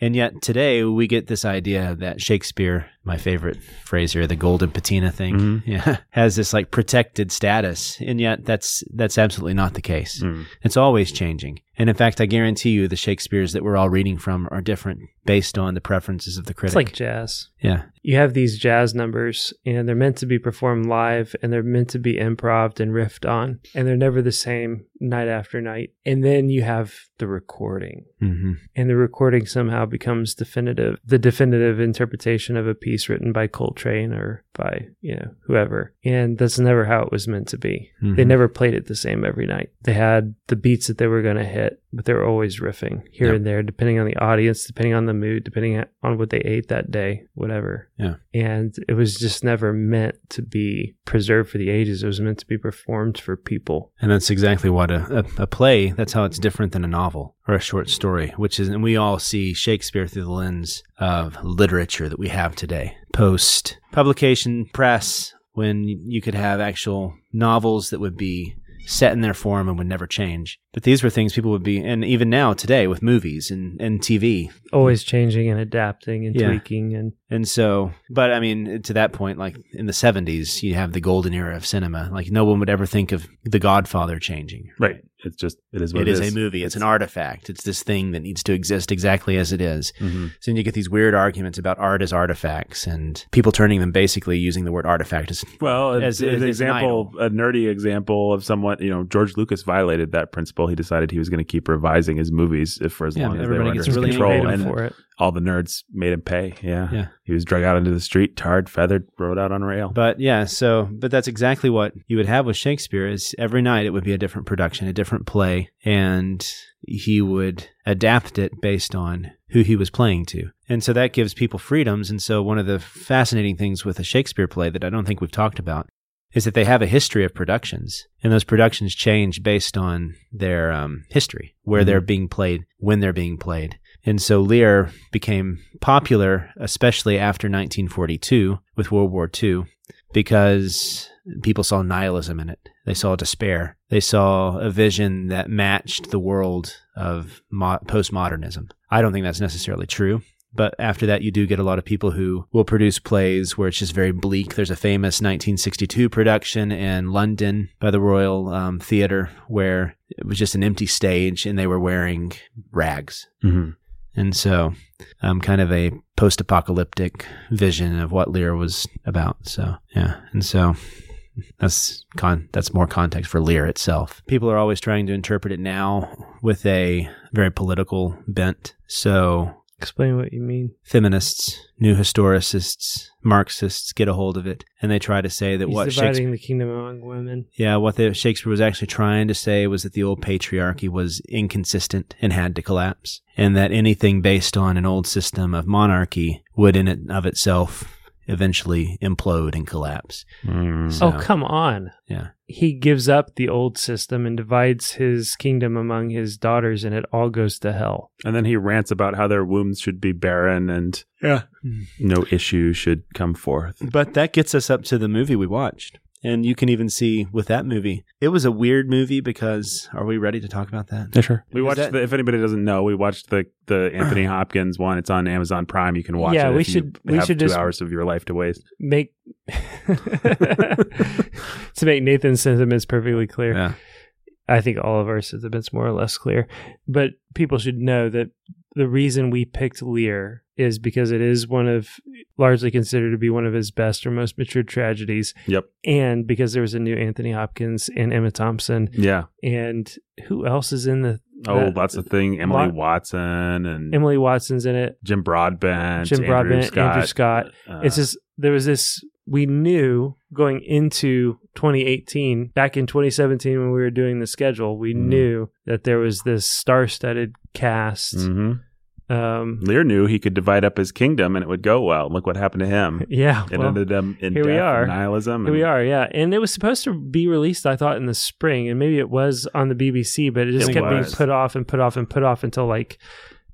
Speaker 3: And yet today we get this idea that Shakespeare, my favorite phrase here, the golden patina thing,
Speaker 1: Mhm.
Speaker 2: Mm-hmm.
Speaker 3: yeah, has this like protected status. And yet that's that's absolutely not the case.
Speaker 1: Mm.
Speaker 3: It's always changing. And in fact, I guarantee you the Shakespeare's that we're all reading from are different based on the preferences of the critic.
Speaker 2: It's like jazz.
Speaker 3: yeah.
Speaker 2: You have these jazz numbers, and they're meant to be performed live, and they're meant to be improv and riffed on, and they're never the same night after night. And then you have the recording,
Speaker 3: hmm
Speaker 2: and the recording somehow becomes definitive, the definitive interpretation of a piece written by Coltrane or by you know whoever. And that's never how it was meant to be. They
Speaker 3: Mhm.
Speaker 2: never played it the same every night. They had the beats that they were going to hit, but they were always riffing here
Speaker 3: Yeah.
Speaker 2: and there, depending on the audience, depending on the mood, depending on what they ate that day, whatever.
Speaker 3: Yeah.
Speaker 2: And it was just never meant to be preserved for the ages. It was meant to be performed for people.
Speaker 3: And that's exactly what a, a, a play, that's how it's different than a novel or a short story, which is, and we all see Shakespeare through the lens of literature that we have today. Post publication press, when you could have actual novels that would be set in their form and would never change. But these were things people would be, and even now today with movies and, and TV,
Speaker 2: Always changing and adapting and
Speaker 3: Yeah.
Speaker 2: tweaking and
Speaker 3: and so, but I mean, to that point, like in the 70s, you have the golden era of cinema. Like no one would ever think of The Godfather changing.
Speaker 1: Right. It's just it is what
Speaker 3: it is, a movie. It's, an artifact. It's this thing that needs to exist exactly as it is.
Speaker 1: Mm-hmm.
Speaker 3: So then you get these weird arguments about art as artifacts and people turning them basically using the word artifact as
Speaker 1: Well, as,
Speaker 3: As-
Speaker 1: an
Speaker 3: as an
Speaker 1: example, a nerdy example of somewhat, you know, George Lucas violated that principle. He decided he was going to keep revising his movies if for as
Speaker 3: Yeah,
Speaker 1: long as they were
Speaker 3: everybody
Speaker 1: under
Speaker 3: gets
Speaker 1: his
Speaker 3: really
Speaker 1: control,
Speaker 3: angry
Speaker 2: paid
Speaker 1: and
Speaker 2: for it.
Speaker 1: all the nerds made him pay. Yeah.
Speaker 3: Yeah.
Speaker 1: he was drug out into the street, tarred, feathered, rode out on a rail.
Speaker 3: But yeah, so but that's exactly what you would have with Shakespeare is every night it would be a different production, a different play, and he would adapt it based on who he was playing to. And so that gives people freedoms. And so one of the fascinating things with a Shakespeare play that I don't think we've talked about is that they have a history of productions, and those productions change based on their um, history, where they're being played, when they're being played. And so Lear became popular, especially after 1942 with World War II, because people saw nihilism in it. They saw despair. They saw a vision that matched the world of mo- postmodernism. I don't think that's necessarily true. But after that, you do get a lot of people who will produce plays where it's just very bleak. There's a famous 1962 production in London by the Royal um, Theatre where it was just an empty stage and they were wearing rags.
Speaker 1: Mhm.
Speaker 3: And so, um, kind of a post apocalyptic vision of what Lear was about. So, yeah. And so. That's con- that's more context for Lear itself. People are always trying to interpret it now with a very political bent. So
Speaker 2: Explain what you mean.
Speaker 3: Feminists, new historicists, Marxists get a hold of it, and they try to say that
Speaker 2: He's
Speaker 3: what
Speaker 2: dividing
Speaker 3: Shakespeare,
Speaker 2: the kingdom among women.
Speaker 3: yeah, what the, Shakespeare was actually trying to say was that the old patriarchy was inconsistent and had to collapse, and that anything based on an old system of monarchy would, in and of itself, eventually implode and collapse.
Speaker 1: Hmm.
Speaker 3: So-
Speaker 2: Oh, come on.
Speaker 3: Yeah.
Speaker 2: He gives up the old system and divides his kingdom among his daughters, and it all goes to hell.
Speaker 1: And then he rants about how their wombs should be barren and yeah. no issue should come forth.
Speaker 3: But that gets us up to the movie we watched. And you can even see with that movie, it was a weird movie because are we ready to talk about that?
Speaker 1: sure. We
Speaker 3: Is
Speaker 1: watched.
Speaker 3: that-
Speaker 1: the, if anybody doesn't know, we watched the the Anthony Hopkins one. It's on Amazon Prime. You can watch
Speaker 2: Yeah,
Speaker 1: it.
Speaker 2: we
Speaker 1: if you
Speaker 2: should- we
Speaker 1: have
Speaker 2: should
Speaker 1: two
Speaker 2: just-
Speaker 1: hours of your life to waste.
Speaker 2: Make to make Nathan's sentiments perfectly clear.
Speaker 3: Yeah.
Speaker 2: I think all of our sentiments more or less clear. But people should know that the reason we picked Lear is because it is one of largely considered to be one of his best or most mature tragedies.
Speaker 1: Yep.
Speaker 2: And because there was a new Anthony Hopkins and Emma Thompson
Speaker 1: Yeah.
Speaker 2: and who else is in the
Speaker 1: Oh,
Speaker 2: That-
Speaker 1: lots of thing. Emily
Speaker 2: Lot-
Speaker 1: Watson and
Speaker 2: Emily Watson's in it.
Speaker 1: Jim Broadbent.
Speaker 2: Jim Broadbent,
Speaker 1: Andrew Scott.
Speaker 2: Andrew Scott.
Speaker 1: Uh,
Speaker 2: it's just there was this we knew going into 2018 back in 2017 when we were doing the schedule we
Speaker 1: Mhm.
Speaker 2: knew that there was this star-studded cast
Speaker 1: mhm.
Speaker 2: um
Speaker 1: Lear knew he could divide up his kingdom and it would go well. Look what happened to him.
Speaker 2: yeah
Speaker 1: It
Speaker 2: well,
Speaker 1: ended up in
Speaker 2: here
Speaker 1: death
Speaker 2: we are.
Speaker 1: and nihilism.
Speaker 2: here we
Speaker 1: and-
Speaker 2: are yeah and it was supposed to be released i thought in the spring and maybe it was on the bbc but it just
Speaker 1: It
Speaker 2: kept
Speaker 1: was.
Speaker 2: being put off and put off and put off until like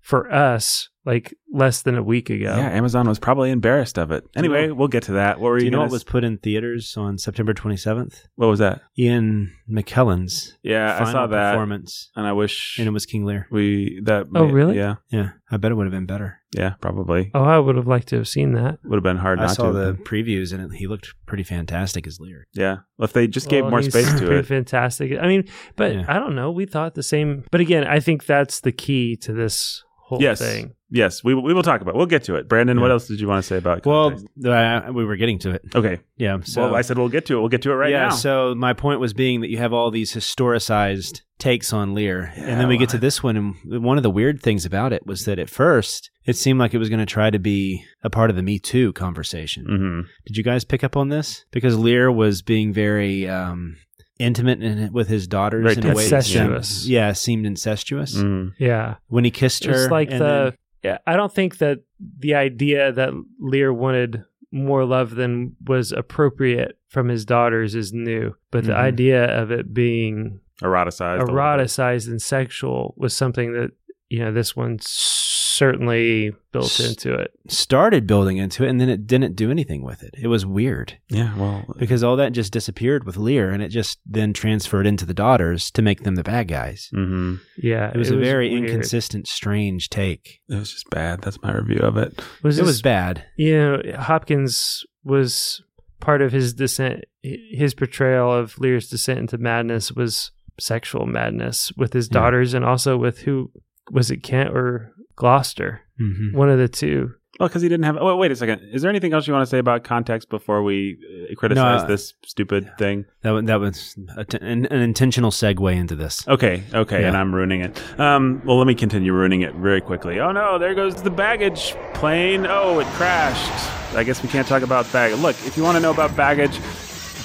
Speaker 2: for us like less than a week ago
Speaker 1: Yeah, Amazon was probably embarrassed of it. Anyway, we'll get to that. What were
Speaker 3: Do
Speaker 1: you,
Speaker 3: you know
Speaker 1: gonna
Speaker 3: what was
Speaker 1: s-
Speaker 3: put in theaters on September 27th?
Speaker 1: What was that?
Speaker 3: Ian McKellen's
Speaker 1: Yeah,
Speaker 3: final
Speaker 1: I saw that,
Speaker 3: performance,
Speaker 1: and I wish
Speaker 3: and it was King Lear.
Speaker 1: we that.
Speaker 2: Oh,
Speaker 1: may-
Speaker 2: really?
Speaker 1: Yeah,
Speaker 3: Yeah, I bet it would have been better.
Speaker 1: yeah, probably
Speaker 2: oh i would have liked to have seen that
Speaker 1: would have been hard
Speaker 3: I
Speaker 1: not
Speaker 3: saw
Speaker 1: to.
Speaker 3: the previews, and it, he looked pretty fantastic as Lear.
Speaker 1: Yeah, if they just gave
Speaker 2: Well,
Speaker 1: more
Speaker 2: he's
Speaker 1: space to
Speaker 2: pretty
Speaker 1: it.
Speaker 2: Fantastic. I mean, but
Speaker 3: Yeah.
Speaker 2: I don't know. We thought the same. But again, I think that's the key to this whole
Speaker 1: Yes.
Speaker 2: thing.
Speaker 1: Yes, we we will talk about. it. We'll get to it. Brandon, what
Speaker 3: Yeah.
Speaker 1: else did you want to say about?
Speaker 3: Well,
Speaker 1: Context?
Speaker 3: uh, we were getting to it.
Speaker 1: okay.
Speaker 3: Yeah. So
Speaker 1: well, I said we'll get to it. We'll get to it right now.
Speaker 3: yeah, So my point was being that you have all these historicized takes on Lear, and
Speaker 1: Yeah,
Speaker 3: then we get
Speaker 1: well-
Speaker 3: to this one, and one of the weird things about it was that at first it seemed like it was going to try to be a part of the Me Too conversation.
Speaker 1: hmm
Speaker 3: Did you guys pick up on this? Because Lear was being very um, intimate in, with his daughters
Speaker 1: Very
Speaker 3: in a way that seemed-
Speaker 2: Incestuous.
Speaker 3: yeah, seemed incestuous
Speaker 1: hmm
Speaker 2: Yeah.
Speaker 3: when he kissed her.
Speaker 2: It's like
Speaker 3: and
Speaker 2: the. yeah, I don't think that the idea that Lear wanted more love than was appropriate from his daughters is new, but the
Speaker 3: Mhm.
Speaker 2: idea of it being
Speaker 1: Eroticized. a little bit.
Speaker 2: eroticized and sexual was something that you know this one certainly built
Speaker 3: S-
Speaker 2: into it.
Speaker 3: then started building into it, and then it didn't do anything with it. It was weird.
Speaker 1: Yeah. Well,
Speaker 3: because all that just disappeared with Lear, and it just then transferred into the daughters to make them the bad guys.
Speaker 1: hmm
Speaker 2: Yeah,
Speaker 3: It was a very
Speaker 2: weird.
Speaker 3: inconsistent, strange take.
Speaker 1: it was just bad. That's my review of it.
Speaker 2: Was
Speaker 3: It
Speaker 2: this
Speaker 3: was bad.
Speaker 2: you know, Hopkins was part of his descent, his portrayal of Lear's descent into madness was sexual madness with his
Speaker 3: Yeah.
Speaker 2: daughters and also with who was it Kent or Gloucester?
Speaker 3: Mm-hmm.
Speaker 2: One of the two.
Speaker 1: Well, because he didn't have. Oh, wait a second. Is there anything else you want to say about context before we uh, criticize
Speaker 3: No.
Speaker 1: this stupid thing?
Speaker 3: That wa- that was a t- an, an intentional segue into this.
Speaker 1: Okay, okay,
Speaker 3: Yeah.
Speaker 1: and I'm ruining it. Um, well, let me continue ruining it very quickly. Oh no, there goes the baggage plane. Oh, it crashed. I guess we can't talk about baggage. Look, if you want to know about baggage,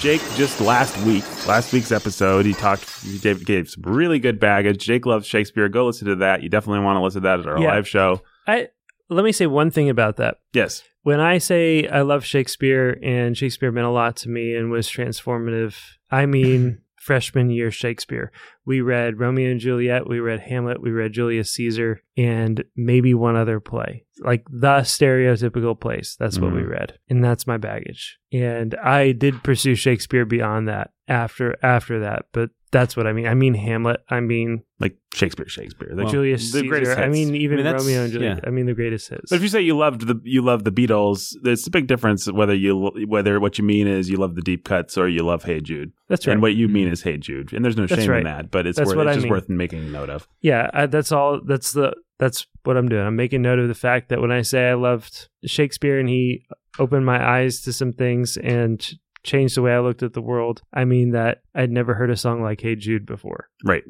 Speaker 1: Jake just last week, last week's episode, he talked, he gave, gave some really good baggage. Jake loves Shakespeare. Go listen to that. You definitely want to listen to that at our
Speaker 2: Yeah.
Speaker 1: live show.
Speaker 2: I let me say one thing about that.
Speaker 1: Yes.
Speaker 2: When I say I love Shakespeare and Shakespeare meant a lot to me and was transformative, I mean freshman year Shakespeare. We read Romeo and Juliet, we read Hamlet, we read Julius Caesar, and maybe one other play. Like the stereotypical place. That's what we
Speaker 1: Mhm.
Speaker 2: read. And that's my baggage. And I did pursue Shakespeare beyond that after after that, but that's what I mean. I mean Hamlet. I mean
Speaker 1: Like Shakespeare, Shakespeare. Like
Speaker 3: Well,
Speaker 2: Julius
Speaker 1: the greatest
Speaker 2: Caesar. I
Speaker 1: hits.
Speaker 2: mean even
Speaker 3: I mean, that's-
Speaker 2: Romeo and Juliet.
Speaker 3: yeah.
Speaker 2: I mean the greatest hits.
Speaker 1: But if you say you loved the you love the Beatles, there's a big difference whether you whether what you mean is you love the deep cuts or you love Hey Jude.
Speaker 2: that's right. Mm-hmm.
Speaker 1: And what you mean is Hey Jude, and there's no
Speaker 2: That's
Speaker 1: shame in
Speaker 2: right.
Speaker 1: that, but it's
Speaker 2: That's
Speaker 1: worth,
Speaker 2: what
Speaker 1: it's
Speaker 2: I
Speaker 1: just
Speaker 2: mean.
Speaker 1: worth making note of.
Speaker 2: yeah I, that's all that's the that's what i'm doing i'm making note of the fact that when i say i loved shakespeare and he opened my eyes to some things and ch- changed the way i looked at the world i mean that i'd never heard a song like hey jude before
Speaker 1: Right.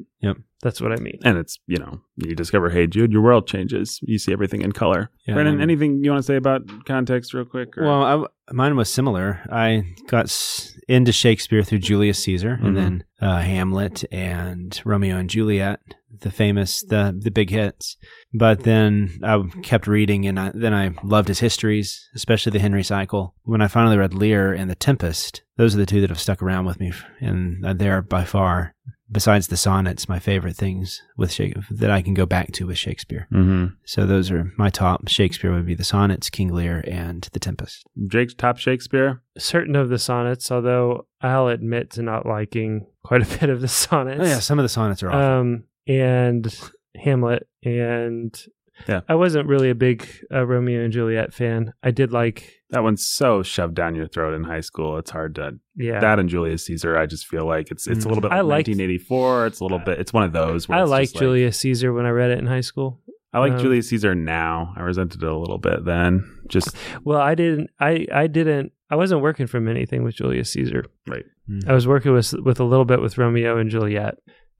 Speaker 2: That's what I mean.
Speaker 1: And it's, you know, you discover, hey, Jude, your world changes. You see everything in color.
Speaker 3: Yeah.
Speaker 1: Brennan, anything you want to say about context, real quick? or-
Speaker 3: Well, I w mine was similar. I got s- into Shakespeare through Julius Caesar,
Speaker 1: Mhm.
Speaker 3: and then uh, Hamlet and Romeo and Juliet, the famous, the the big hits. But then I kept reading, and I, then I loved his histories, especially the Henry cycle. When I finally read Lear and The Tempest, those are the two that have stuck around with me, f- and uh, they are by far, besides the sonnets, my favorite things with Shake- that I can go back to with Shakespeare.
Speaker 1: Mhm.
Speaker 3: So those are my top. Shakespeare would be the sonnets, King Lear, and The Tempest.
Speaker 1: Jake's top Shakespeare.
Speaker 2: Certain of the sonnets, although I'll admit to not liking quite a bit of the sonnets.
Speaker 3: Oh yeah, some of the sonnets are awful.
Speaker 2: um, and Hamlet, and
Speaker 1: Yeah.
Speaker 2: I wasn't really a big uh, Romeo and Juliet fan. I did like,
Speaker 1: That one's so shoved down your throat in high school. It's hard to
Speaker 2: yeah, Mm.
Speaker 1: that and Julius Caesar. I just feel like it's it's a little bit.
Speaker 2: I
Speaker 1: like
Speaker 2: liked-
Speaker 1: 1984. It's a little bit. It's one of those. Where
Speaker 2: I
Speaker 1: it's
Speaker 2: liked
Speaker 1: just
Speaker 2: Julius Caesar when I read it in high school.
Speaker 1: I like
Speaker 2: um,
Speaker 1: Julius Caesar now. I resented it a little bit then. Just
Speaker 2: Well, I didn't, I, I didn't, I wasn't working from anything with Julius Caesar.
Speaker 1: Right.
Speaker 3: Mm.
Speaker 2: I was working with with a little bit with Romeo and Juliet.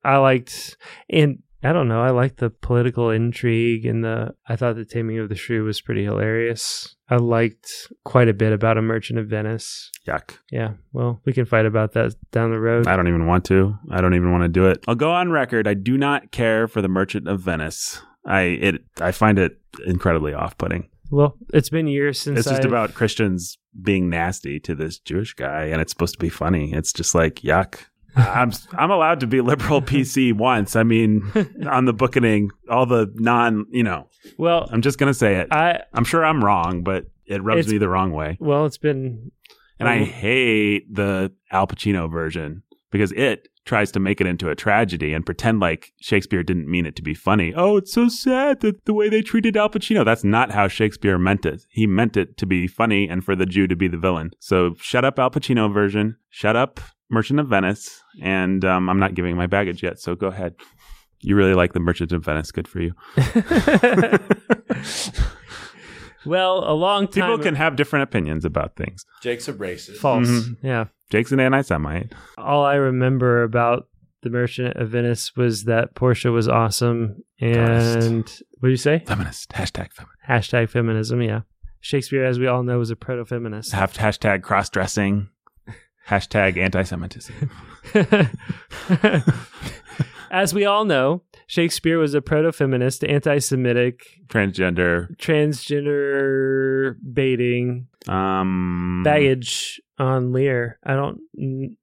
Speaker 2: I liked, and I don't know, I liked the political intrigue and the. I thought the Taming of the Shrew was pretty hilarious. I liked quite a bit about a Merchant of Venice.
Speaker 1: yuck.
Speaker 2: Yeah, well, we can fight about that down the road.
Speaker 1: I don't even want to. I don't even want to do it. I'll go on record. I do not care for the Merchant of Venice. I it I find it incredibly off putting.
Speaker 2: Well, it's been years since
Speaker 1: It's just
Speaker 2: I've-
Speaker 1: about Christians being nasty to this Jewish guy, and it's supposed to be funny. It's just like yuck. I'm I'm allowed to be liberal PC once. I mean, on the bookening, all the non, you know,
Speaker 2: Well,
Speaker 1: I'm just gonna say it.
Speaker 2: I
Speaker 1: I'm sure I'm wrong, but it rubs
Speaker 2: It's-
Speaker 1: me the wrong way.
Speaker 2: well, it's been
Speaker 1: And I
Speaker 2: Um,
Speaker 1: hate the Al Pacino version because it tries to make it into a tragedy and pretend like Shakespeare didn't mean it to be funny. Oh, it's so sad that the way they treated Al Pacino. That's not how Shakespeare meant it. He meant it to be funny and for the Jew to be the villain. So shut up, Al Pacino version. Shut up, Merchant of Venice. And um, I'm not giving my baggage yet, so go ahead. You really like the Merchant of Venice. Good for you.
Speaker 2: well a long time.
Speaker 1: People can have different opinions about things.
Speaker 5: Jake's a racist.
Speaker 2: false.
Speaker 1: Mhm.
Speaker 2: Yeah,
Speaker 1: Jake's an anti-Semite.
Speaker 2: all I remember about the Merchant of Venice was that Portia was awesome and what do you say?
Speaker 1: Feminist. Hashtag feminist.
Speaker 2: Hashtag feminism. Yeah, Shakespeare, as we all know, was a proto-feminist.
Speaker 1: Have hashtag cross dressing, hashtag anti Semitism.
Speaker 2: as we all know, Shakespeare was a proto-feminist, anti-Semitic,
Speaker 1: Transgender.
Speaker 2: transgender baiting
Speaker 1: Um,
Speaker 2: baggage on Lear. I don't.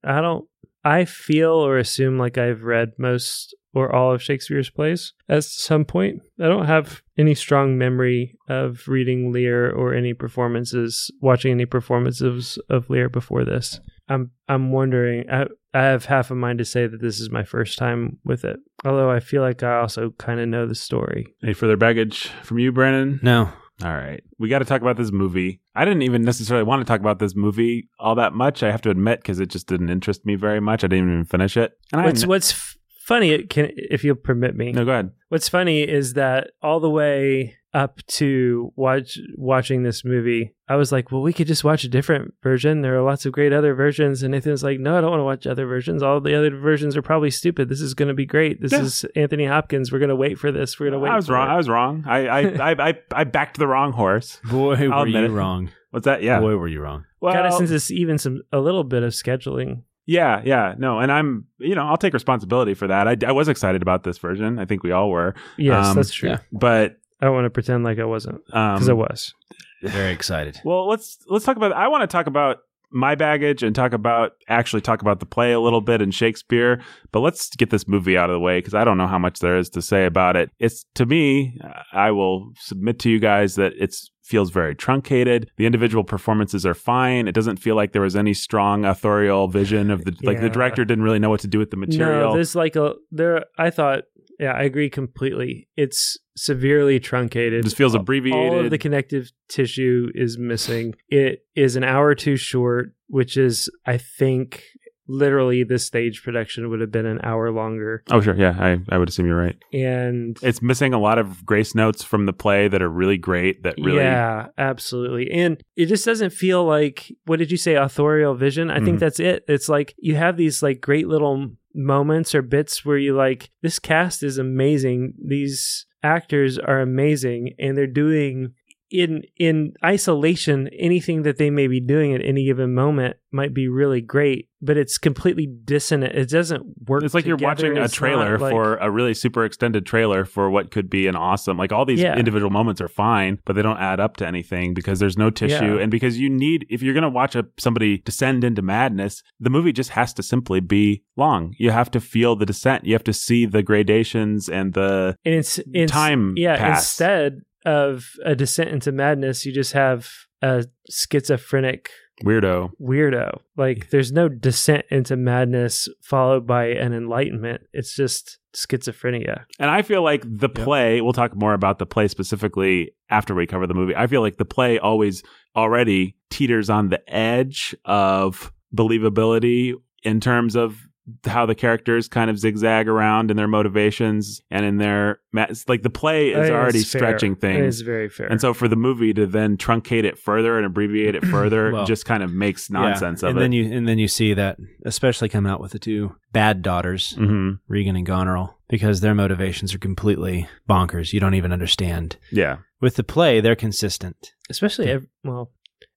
Speaker 2: I don't. I feel or assume like I've read most or all of Shakespeare's plays at some point. I don't have any strong memory of reading Lear or any performances, watching any performances of Lear before this. I'm I'm wondering. I I have half a mind to say that this is my first time with it. Although I feel like I also kind of know the story.
Speaker 1: Any further baggage from you, Brandon?
Speaker 3: no,
Speaker 1: All right. We got to talk about this movie. I didn't even necessarily want to talk about this movie all that much, I have to admit, because it just didn't interest me very much. I didn't even finish it. And
Speaker 2: What's
Speaker 1: I.
Speaker 2: what's f- funny? it Can if you'll permit me.
Speaker 1: no, go ahead.
Speaker 2: What's funny is that all the way up to watch watching this movie, I was like, "Well, we could just watch a different version. There are lots of great other versions." And Nathan's like, "No, I don't want to watch other versions. All the other versions are probably stupid. This is going to be great. This
Speaker 1: Yeah.
Speaker 2: is Anthony Hopkins. We're going to wait for this. We're going to wait."
Speaker 1: I was
Speaker 2: for
Speaker 1: wrong.
Speaker 2: it."
Speaker 1: I was wrong. I, I, I, I, I backed the wrong horse.
Speaker 3: boy, were
Speaker 1: I'll admit
Speaker 3: you
Speaker 1: it.
Speaker 3: wrong?
Speaker 1: What's that? Yeah.
Speaker 3: Boy, were you wrong?
Speaker 1: Well,
Speaker 2: Got us into this even some a little bit of scheduling.
Speaker 1: Yeah, yeah, no, and I'm, you know, I'll take responsibility for that. I, I was excited about this version. I think we all were,
Speaker 2: Yes,
Speaker 1: Um,
Speaker 2: that's true.
Speaker 3: yeah.
Speaker 1: but
Speaker 2: I don't want to pretend like I wasn't
Speaker 1: um,
Speaker 2: because I was.
Speaker 3: Very excited.
Speaker 1: Well, let's let's talk about. I want to talk about my baggage and talk about actually talk about the play a little bit and Shakespeare. But let's get this movie out of the way because I don't know how much there is to say about it. It's to me, I will submit to you guys that it's feels very truncated. The individual performances are fine. It doesn't feel like there was any strong authorial vision of the like the
Speaker 2: Yeah.
Speaker 1: director didn't really know what to do with the material.
Speaker 2: No, there's like a there. I thought, yeah, I agree completely. It's severely truncated.
Speaker 1: it just feels abbreviated.
Speaker 2: All of the connective tissue is missing. It is an hour too short, which is, I think, literally this stage production would have been an hour longer.
Speaker 1: oh sure, yeah, I, I would assume you're right.
Speaker 2: And
Speaker 1: It's missing a lot of grace notes from the play that are really great. That really
Speaker 2: yeah, absolutely. And it just doesn't feel like what did you say, authorial vision? I
Speaker 1: Mhm.
Speaker 2: think that's it. It's like you have these like great little moments or bits where you like this cast is amazing these actors are amazing and they're doing in in isolation anything that they may be doing at any given moment might be really great but it's completely dissonant it doesn't work
Speaker 1: It's like you're
Speaker 2: together.
Speaker 1: watching a
Speaker 2: It's
Speaker 1: trailer
Speaker 2: not, like-
Speaker 1: for a really super extended trailer for what could be an awesome. Like all these
Speaker 2: Yeah.
Speaker 1: individual moments are fine, but they don't add up to anything because there's no tissue
Speaker 2: Yeah.
Speaker 1: and because you need if you're going to watch a, somebody descend into madness, the movie just has to simply be long. You have to feel the descent. You have to see the gradations and the
Speaker 2: and it's, it's
Speaker 1: time
Speaker 2: yeah
Speaker 1: pass.
Speaker 2: instead of a descent into madness you just have a schizophrenic
Speaker 1: weirdo.
Speaker 2: weirdo like there's no descent into madness followed by an enlightenment it's just schizophrenia
Speaker 1: And I feel like the play, we'll talk more about the play specifically after we cover the movie. I feel like the play always already teeters on the edge of believability in terms of how the characters kind of zigzag around in their motivations and in their ma- it's like the play
Speaker 2: I
Speaker 1: is
Speaker 2: think
Speaker 1: already
Speaker 2: it's fair.
Speaker 1: stretching
Speaker 2: it is
Speaker 1: things.
Speaker 2: very fair
Speaker 1: And so for the movie to then truncate it further and abbreviate it further
Speaker 3: Well,
Speaker 1: just kind of makes nonsense
Speaker 3: Yeah.
Speaker 1: of
Speaker 3: and then
Speaker 1: it.
Speaker 3: you and then you see that, especially coming out with the two bad daughters,
Speaker 1: hmm
Speaker 3: Regan and Goneril, because their motivations are completely bonkers. You don't even understand.
Speaker 1: Yeah.
Speaker 3: With the play, they're consistent.
Speaker 2: especially ev- well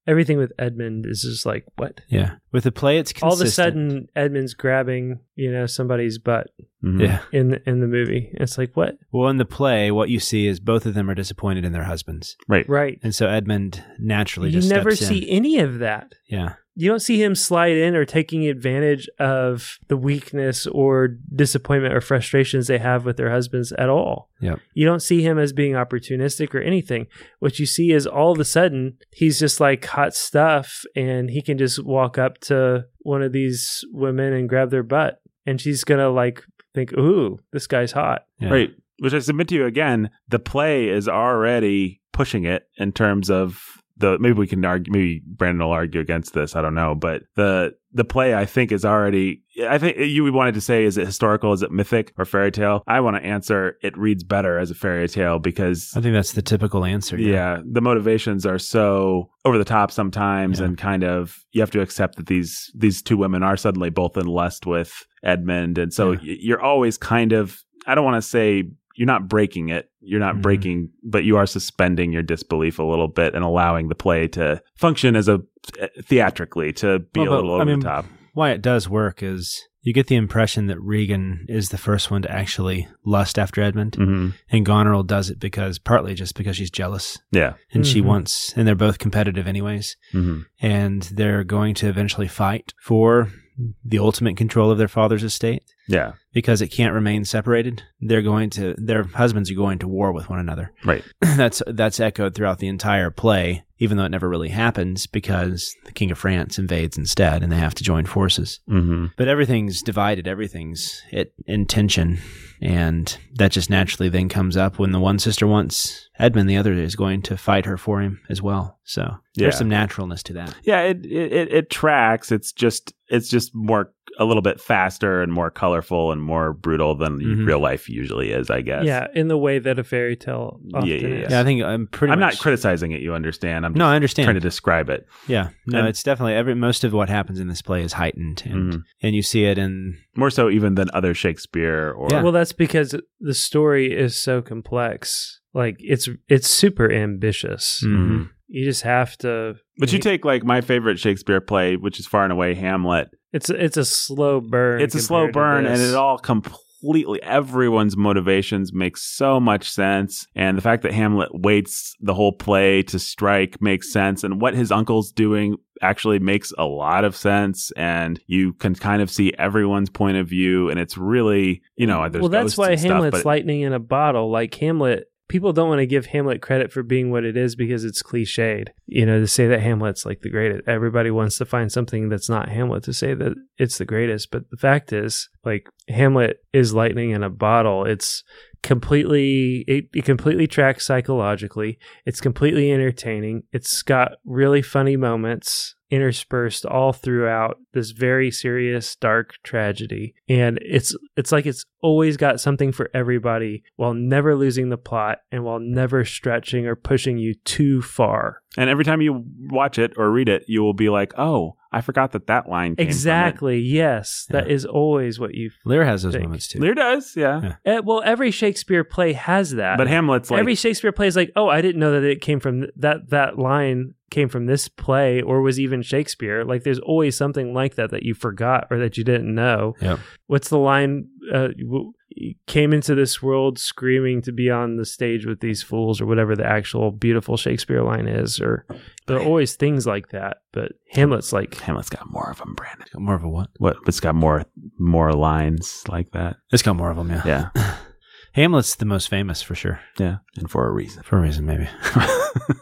Speaker 2: everything with edmund is just like what
Speaker 3: Yeah. With the play, it's consistent.
Speaker 2: all of a sudden edmund's grabbing you know somebody's butt
Speaker 1: Mhm.
Speaker 3: Yeah.
Speaker 2: in the, in the movie it's like what
Speaker 3: Well, in the play, what you see is both of them are disappointed in their husbands,
Speaker 2: right
Speaker 3: and so Edmund naturally
Speaker 2: you
Speaker 3: just
Speaker 2: never
Speaker 3: steps in.
Speaker 2: see any of that
Speaker 3: Yeah,
Speaker 2: you don't see him slide in or taking advantage of the weakness or disappointment or frustrations they have with their husbands at all.
Speaker 3: Yep.
Speaker 2: You don't see him as being opportunistic or anything. What you see is all of a sudden he's just like hot stuff and he can just walk up to one of these women and grab their butt and she's going to like think, "Ooh, this guy's hot."
Speaker 3: yeah.
Speaker 1: Right. Which I submit to you again, the play is already pushing it in terms of the maybe we can argue maybe Brandon will argue against this, I don't know, but the the play I think is already I think you wanted to say is it historical, is it mythic or fairy tale? I want to answer it reads better as a fairy tale because
Speaker 3: I think that's the typical answer.
Speaker 1: yeah, the motivations are so over the top sometimes,
Speaker 3: Yeah.
Speaker 1: and kind of you have to accept that these these two women are suddenly both in lust with Edmund, and so
Speaker 3: Yeah.
Speaker 1: y- you're always kind of I don't want to say you're not breaking it, you're not
Speaker 3: Mhm.
Speaker 1: breaking, but you are suspending your disbelief a little bit and allowing the play to function as a eh, theatrically to be
Speaker 3: Well,
Speaker 1: a
Speaker 3: but,
Speaker 1: little
Speaker 3: I
Speaker 1: over
Speaker 3: mean,
Speaker 1: the top.
Speaker 3: Why it does work is you get the impression that Regan is the first one to actually lust after Edmund,
Speaker 1: hmm
Speaker 3: and Goneril does it because partly just because she's jealous
Speaker 1: Yeah.
Speaker 3: and she
Speaker 2: Mhm.
Speaker 3: wants, and they're both competitive anyways,
Speaker 1: hmm
Speaker 3: and they're going to eventually fight for the ultimate control of their father's estate.
Speaker 1: Yeah.
Speaker 3: because it can't remain separated. They're going to their husbands are going to war with one another.
Speaker 1: Right.
Speaker 3: that's that's echoed throughout the entire play, even though it never really happens because the king of France invades instead, and they have to join forces.
Speaker 1: hmm
Speaker 3: But everything's divided. Everything's it in tension, and that just naturally then comes up when the one sister wants Edmund, the other is going to fight her for him as well. So
Speaker 1: Yeah.
Speaker 3: there's some naturalness to that.
Speaker 1: Yeah, it, it it- it tracks. It's just it's just more a little bit faster and more colorful and more brutal than
Speaker 3: Mhm.
Speaker 1: real life usually is. I guess.
Speaker 2: Yeah, in the way that a fairy tale often
Speaker 1: Yeah, yeah, yeah.
Speaker 2: is.
Speaker 3: Yeah, I think I'm pretty.
Speaker 1: I'm
Speaker 3: much,
Speaker 1: not criticizing it. You understand? I'm
Speaker 3: No, I understand.
Speaker 1: just trying to describe it.
Speaker 3: Yeah, no,
Speaker 1: And-
Speaker 3: it's definitely every most of what happens in this play is heightened, and
Speaker 1: Mhm.
Speaker 3: and you see it in
Speaker 1: More so even than other Shakespeare or
Speaker 3: Yeah.
Speaker 2: Well, that's because the story is so complex. Like it's it's super ambitious.
Speaker 3: mm-hmm.
Speaker 1: Mhm.
Speaker 2: You just have to.
Speaker 1: But you take like my favorite Shakespeare play, which is far and away Hamlet.
Speaker 2: It's it's a slow burn.
Speaker 1: It's a slow
Speaker 2: compared
Speaker 1: burn,
Speaker 2: to
Speaker 1: and
Speaker 2: this.
Speaker 1: it all completely everyone's motivations make so much sense. And the fact that Hamlet waits the whole play to strike makes sense, and what his uncle's doing actually makes a lot of sense. And you can kind of see everyone's point of view, and it's really you know there's
Speaker 2: well, that's
Speaker 1: ghosts
Speaker 2: why
Speaker 1: and stuff,
Speaker 2: Hamlet's
Speaker 1: but-
Speaker 2: lightning in a bottle. Like Hamlet, people don't want to give Hamlet credit for being what it is because it's cliched. You know, to say that Hamlet's like the greatest, everybody wants to find something that's not Hamlet to say that it's the greatest. But the fact is, like Hamlet is lightning in a bottle. It's completely it, it completely tracks psychologically it's completely entertaining it's got really funny moments interspersed all throughout this very serious dark tragedy and it's it's like it's always got something for everybody while never losing the plot and while never stretching or pushing you too far
Speaker 1: And every time you watch it or read it, you will be like, oh, I forgot that that line came
Speaker 2: Exactly. Yes, that is
Speaker 3: Yeah.
Speaker 2: always what you.
Speaker 3: Lear has those
Speaker 2: Think.
Speaker 3: moments too.
Speaker 1: From it. Lear does, yeah.
Speaker 3: Yeah.
Speaker 2: Eh, well, every Shakespeare play has that.
Speaker 1: But Hamlet's like
Speaker 2: every Shakespeare play is like, oh, I didn't know that it came from th- that that line came from this play or was even Shakespeare. Like, there's always something like that that you forgot or that you didn't know.
Speaker 3: Yeah.
Speaker 2: What's the line? Uh, w- came into this world screaming to be on the stage with these fools or whatever the actual beautiful Shakespeare line is. Or there are always things like that. But Hamlet's like,
Speaker 1: Hamlet's got more of them, Brandon.
Speaker 3: It's got more of a what?
Speaker 1: What? It's got more more lines like that.
Speaker 3: It's got more of them. Yeah.
Speaker 1: Yeah,
Speaker 3: Hamlet's the most famous for sure,
Speaker 1: yeah, and for a reason.
Speaker 3: for a reason maybe.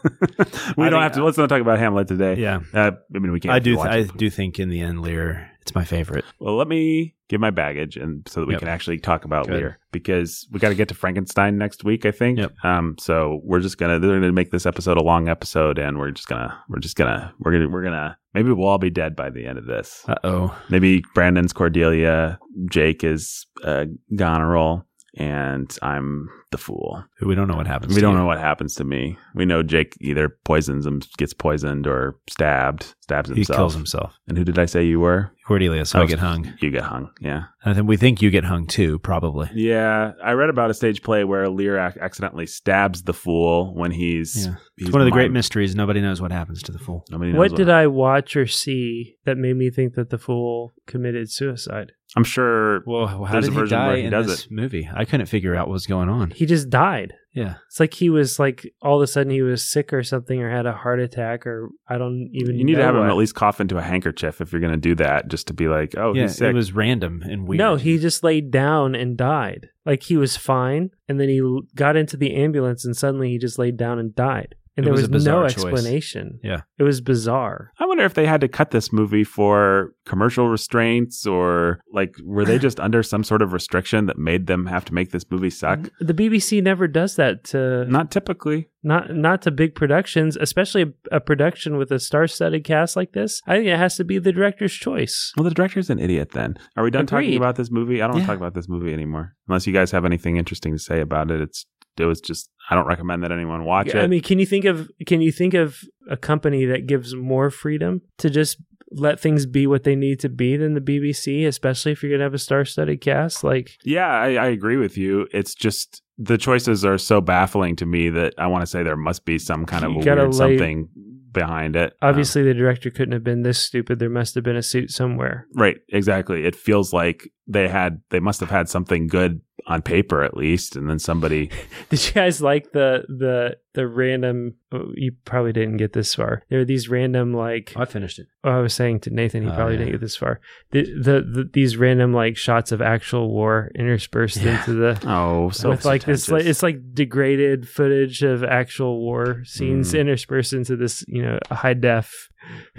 Speaker 1: we don't
Speaker 3: think-
Speaker 1: have to. Let's not talk about Hamlet today.
Speaker 3: yeah.
Speaker 1: Uh, I mean, we can't.
Speaker 3: I do.
Speaker 1: watch
Speaker 3: I
Speaker 1: it.
Speaker 3: do think in the end, Lear. It's my favorite.
Speaker 1: Well, let me give my baggage, and so that we
Speaker 3: Yep.
Speaker 1: can actually talk about
Speaker 3: Good.
Speaker 1: Lear because we got to get to Frankenstein next week, I think.
Speaker 3: Yep.
Speaker 1: Um. So we're just gonna they're gonna make this episode a long episode, and we're just gonna we're just gonna we're gonna we're gonna maybe we'll all be dead by the end of this.
Speaker 3: Uh oh.
Speaker 1: Maybe Brandon's Cordelia, Jake is uh, Goneril, and I'm the fool.
Speaker 3: We don't know what happens.
Speaker 1: We
Speaker 3: to
Speaker 1: don't
Speaker 3: you.
Speaker 1: know what happens to me. We know Jake either poisons him, gets poisoned, or stabbed, stabs
Speaker 3: He
Speaker 1: himself.
Speaker 3: kills himself.
Speaker 1: And who did I say you were?
Speaker 3: Cordelia, so
Speaker 1: I
Speaker 3: I
Speaker 1: was-
Speaker 3: get hung.
Speaker 1: You get hung. Yeah.
Speaker 3: I think we think you get hung too, probably.
Speaker 1: Yeah, I read about a stage play where Lear ac- accidentally stabs the fool when he's.
Speaker 3: Yeah.
Speaker 1: he's
Speaker 3: It's one of the great
Speaker 1: mimed.
Speaker 3: mysteries. Nobody knows what happens to the fool.
Speaker 1: Nobody knows
Speaker 2: what did I watch or see that made me think that the fool committed suicide?
Speaker 1: I'm sure.
Speaker 3: Well, how
Speaker 1: There's a
Speaker 3: did he
Speaker 1: version where
Speaker 3: die
Speaker 1: he
Speaker 3: in
Speaker 1: does
Speaker 3: this movie? I couldn't figure out what was going on.
Speaker 2: He just died.
Speaker 3: Yeah,
Speaker 2: It's like he was like all of a sudden he was sick or something or had a heart attack or I don't even.
Speaker 1: You need to
Speaker 2: know
Speaker 1: have him
Speaker 2: what.
Speaker 1: at least cough into a handkerchief if you're going to do that, just to be like, oh,
Speaker 3: yeah.
Speaker 1: he's sick.
Speaker 3: It was random and weird.
Speaker 2: No, he just laid down and died. Like he was fine, and then he l- got into the ambulance, and suddenly he just laid down and died. And
Speaker 3: It
Speaker 2: there
Speaker 3: was
Speaker 2: was,
Speaker 3: a bizarre
Speaker 2: no
Speaker 3: choice.
Speaker 2: explanation.
Speaker 3: Yeah.
Speaker 2: it was bizarre.
Speaker 1: I wonder if they had to cut this movie for commercial restraints or like, were they just under some sort of restriction that made them have to make this movie suck?
Speaker 2: The BBC never does that to
Speaker 1: Not typically.
Speaker 2: not not to big productions, especially a, a production with a star-studded cast like this. I think it has to be the director's choice.
Speaker 1: Well, the director's an idiot then. Are we done talking
Speaker 2: Agreed.
Speaker 1: about this movie? I don't want
Speaker 3: Yeah.
Speaker 1: to talk about this movie anymore. Unless you guys have anything interesting to say about it. It's it was just I don't recommend that anyone watch
Speaker 2: I
Speaker 1: it.
Speaker 2: mean, can you think of can you think of a company that gives more freedom to just let things be what they need to be than the BBC, especially if you're gonna have a star-studded cast? Like,
Speaker 1: yeah, I, I agree with you. It's just the choices are so baffling to me that I want to say there must be some kind of
Speaker 2: You
Speaker 1: a
Speaker 2: gotta
Speaker 1: weird
Speaker 2: lay-
Speaker 1: something behind it. Um,
Speaker 2: obviously, the director couldn't have been this stupid. There must have been a suit somewhere.
Speaker 1: right, exactly. It feels like they had they must have had something good on paper at least, and then somebody
Speaker 2: Did you guys like the the the random? oh, You probably didn't get this far. There are these random like
Speaker 3: I finished it.
Speaker 2: Oh, I was saying to Nathan, he
Speaker 3: Oh,
Speaker 2: probably
Speaker 3: yeah.
Speaker 2: didn't get this far. The, the, the these random like shots of actual war interspersed
Speaker 3: Yeah.
Speaker 2: into the
Speaker 1: oh so
Speaker 2: with like this like,
Speaker 1: pretentious.
Speaker 2: it's like degraded footage of actual war scenes
Speaker 1: Mm.
Speaker 2: interspersed into this you know high def.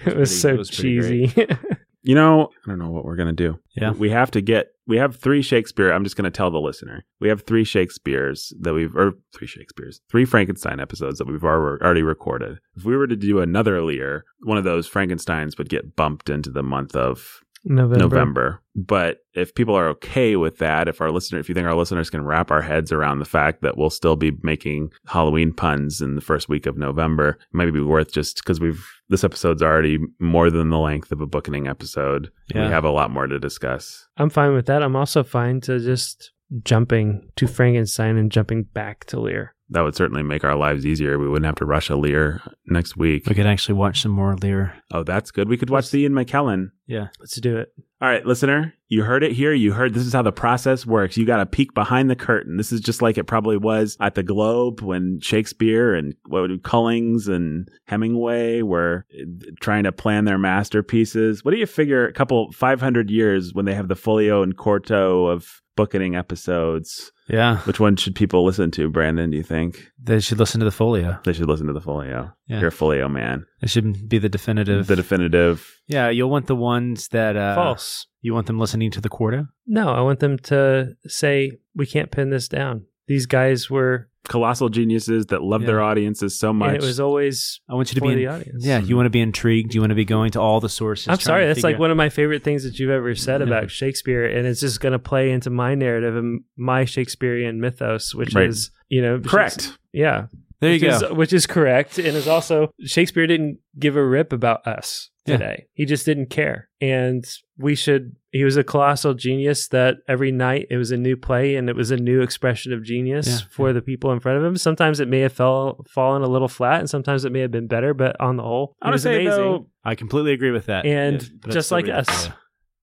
Speaker 2: It
Speaker 3: It was
Speaker 2: was
Speaker 3: pretty-
Speaker 2: so
Speaker 3: it was pretty
Speaker 2: cheesy.
Speaker 1: you know I don't know what we're gonna do.
Speaker 3: Yeah,
Speaker 1: We have to get we have three Shakespeare. I'm just going to tell the listener. We have three Shakespeare's that we've or three Shakespeare's, three Frankenstein episodes that we've alre- already recorded. If we were to do another Lear, one of those Frankensteins would get bumped into the month of
Speaker 2: November.
Speaker 1: November. But if people are okay with that, if our listener if you think our listeners can wrap our heads around the fact that we'll still be making Halloween puns in the first week of November, it might be worth just cuz we've this episode's already more than the length of a bookening episode.
Speaker 3: Yeah.
Speaker 1: We have a lot more to discuss.
Speaker 2: I'm fine with that. I'm also fine to just jumping to Frankenstein and jumping back to Lear.
Speaker 1: that would certainly make our lives easier. We wouldn't have to rush a Lear next week.
Speaker 3: we could actually watch some more Lear.
Speaker 1: Oh, that's good. We could watch the Ian McKellen.
Speaker 2: Let's do it.
Speaker 1: All right, listener, you heard it here. You heard this is how the process works. You got to peek behind the curtain. This is just like it probably was at the Globe when Shakespeare and what would Cullings and Hemingway were eh, trying to plan their masterpieces. What do you figure? A couple five hundred years when they have the folio and quarto of booketing episodes.
Speaker 3: Yeah,
Speaker 1: Which one should people listen to, Brandon? Do you think
Speaker 3: they should listen to the Folio.
Speaker 1: they should listen to the folio?
Speaker 3: Yeah.
Speaker 1: You're a folio man.
Speaker 3: It should be the definitive.
Speaker 1: The definitive.
Speaker 3: yeah, you'll want the ones that uh,
Speaker 2: False.
Speaker 3: You want them listening to the Quarto.
Speaker 2: No, I want them to say we can't pin this down. These guys were,
Speaker 1: Colossal geniuses that love their
Speaker 3: Yeah.
Speaker 1: audiences so
Speaker 2: and
Speaker 1: much.
Speaker 2: it was always
Speaker 3: I want you to
Speaker 2: for
Speaker 3: be.
Speaker 2: the
Speaker 3: in-
Speaker 2: audience.
Speaker 3: yeah, you want to be intrigued. You want to be going to all the sources.
Speaker 2: I'm
Speaker 3: trying
Speaker 2: sorry,
Speaker 3: to
Speaker 2: that's
Speaker 3: figure
Speaker 2: like one of my favorite things that you've ever said
Speaker 3: Yeah.
Speaker 2: about Shakespeare, and it's just going to play into my narrative and my Shakespearean mythos, which
Speaker 1: Right.
Speaker 2: is you know
Speaker 1: Correct.
Speaker 2: yeah,
Speaker 3: There you
Speaker 2: which is,
Speaker 3: go.
Speaker 2: which is correct, and is also Shakespeare didn't give a rip about us
Speaker 3: Yeah.
Speaker 2: today. He just didn't care, and we should. He was a colossal genius that every night it was a new play and it was a new expression of genius
Speaker 3: Yeah.
Speaker 2: for the people in front of him. Sometimes it may have fell fallen a little flat, and sometimes it may have been better, but on the whole, it
Speaker 1: I want
Speaker 2: was
Speaker 1: to say
Speaker 2: amazing.
Speaker 1: though,
Speaker 3: I completely agree with that.
Speaker 2: And
Speaker 3: but I'll
Speaker 2: just
Speaker 3: still
Speaker 2: like
Speaker 3: read the
Speaker 2: us.
Speaker 3: folio.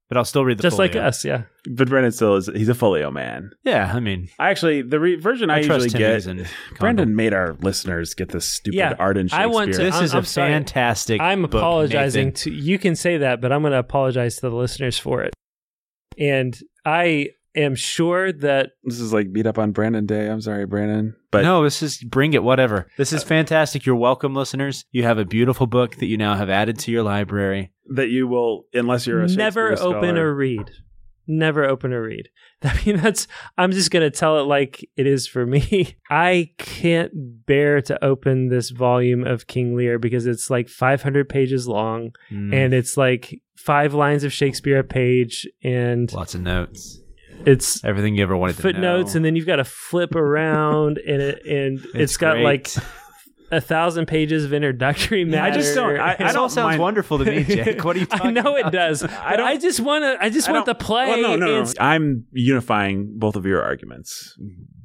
Speaker 3: But I'll still read the
Speaker 2: Just like
Speaker 3: folio.
Speaker 2: us, yeah.
Speaker 1: but Brendan still is he's a folio man.
Speaker 3: Yeah, I mean,
Speaker 1: I actually the re- version I,
Speaker 3: I, trust
Speaker 1: usually
Speaker 3: Timmy's
Speaker 1: get.
Speaker 3: and
Speaker 1: Brendan made our listeners get this stupid
Speaker 2: Yeah,
Speaker 1: Arden Shakespeare.
Speaker 2: I want to-
Speaker 3: Condon. This
Speaker 2: I'm-
Speaker 3: is
Speaker 2: I'm
Speaker 3: a
Speaker 2: sorry.
Speaker 3: fantastic.
Speaker 2: I'm
Speaker 3: book,
Speaker 2: apologizing to
Speaker 3: Nathan.
Speaker 2: you can say that, but I'm going to apologize to the listeners for it. And I am sure that
Speaker 1: this is like beat up on Brandon Day. I'm sorry, Brandon. But
Speaker 3: no, this is bring it, whatever. This is fantastic. You're welcome, listeners. You have a beautiful book that you now have added to your library.
Speaker 1: that you will, unless you're a
Speaker 2: never
Speaker 1: Shakespeare
Speaker 2: open
Speaker 1: scholar.
Speaker 2: or read. Never open or read. I mean, that's, I'm just going to tell it like it is for me. I can't bear to open this volume of King Lear because it's like 500 pages long
Speaker 1: Hmm.
Speaker 3: Mm,
Speaker 2: and it's like five lines of Shakespeare a page and
Speaker 3: lots of notes.
Speaker 2: it's
Speaker 3: Everything you ever wanted
Speaker 2: footnotes
Speaker 3: to know.
Speaker 2: and then you've got to flip around and it and it's got
Speaker 3: great.
Speaker 2: like a thousand pages of introductory matter.
Speaker 1: I just don't- I
Speaker 3: This all
Speaker 1: don't
Speaker 3: sounds
Speaker 1: mind-
Speaker 3: wonderful to me, Jake. What are you talking
Speaker 2: I know it
Speaker 3: about?
Speaker 2: does. I
Speaker 1: don't-
Speaker 2: I just want to. I just
Speaker 1: I
Speaker 2: want the
Speaker 1: don't-
Speaker 2: play.
Speaker 1: Well, no, no, no.
Speaker 2: It's-
Speaker 1: I'm unifying both of your arguments,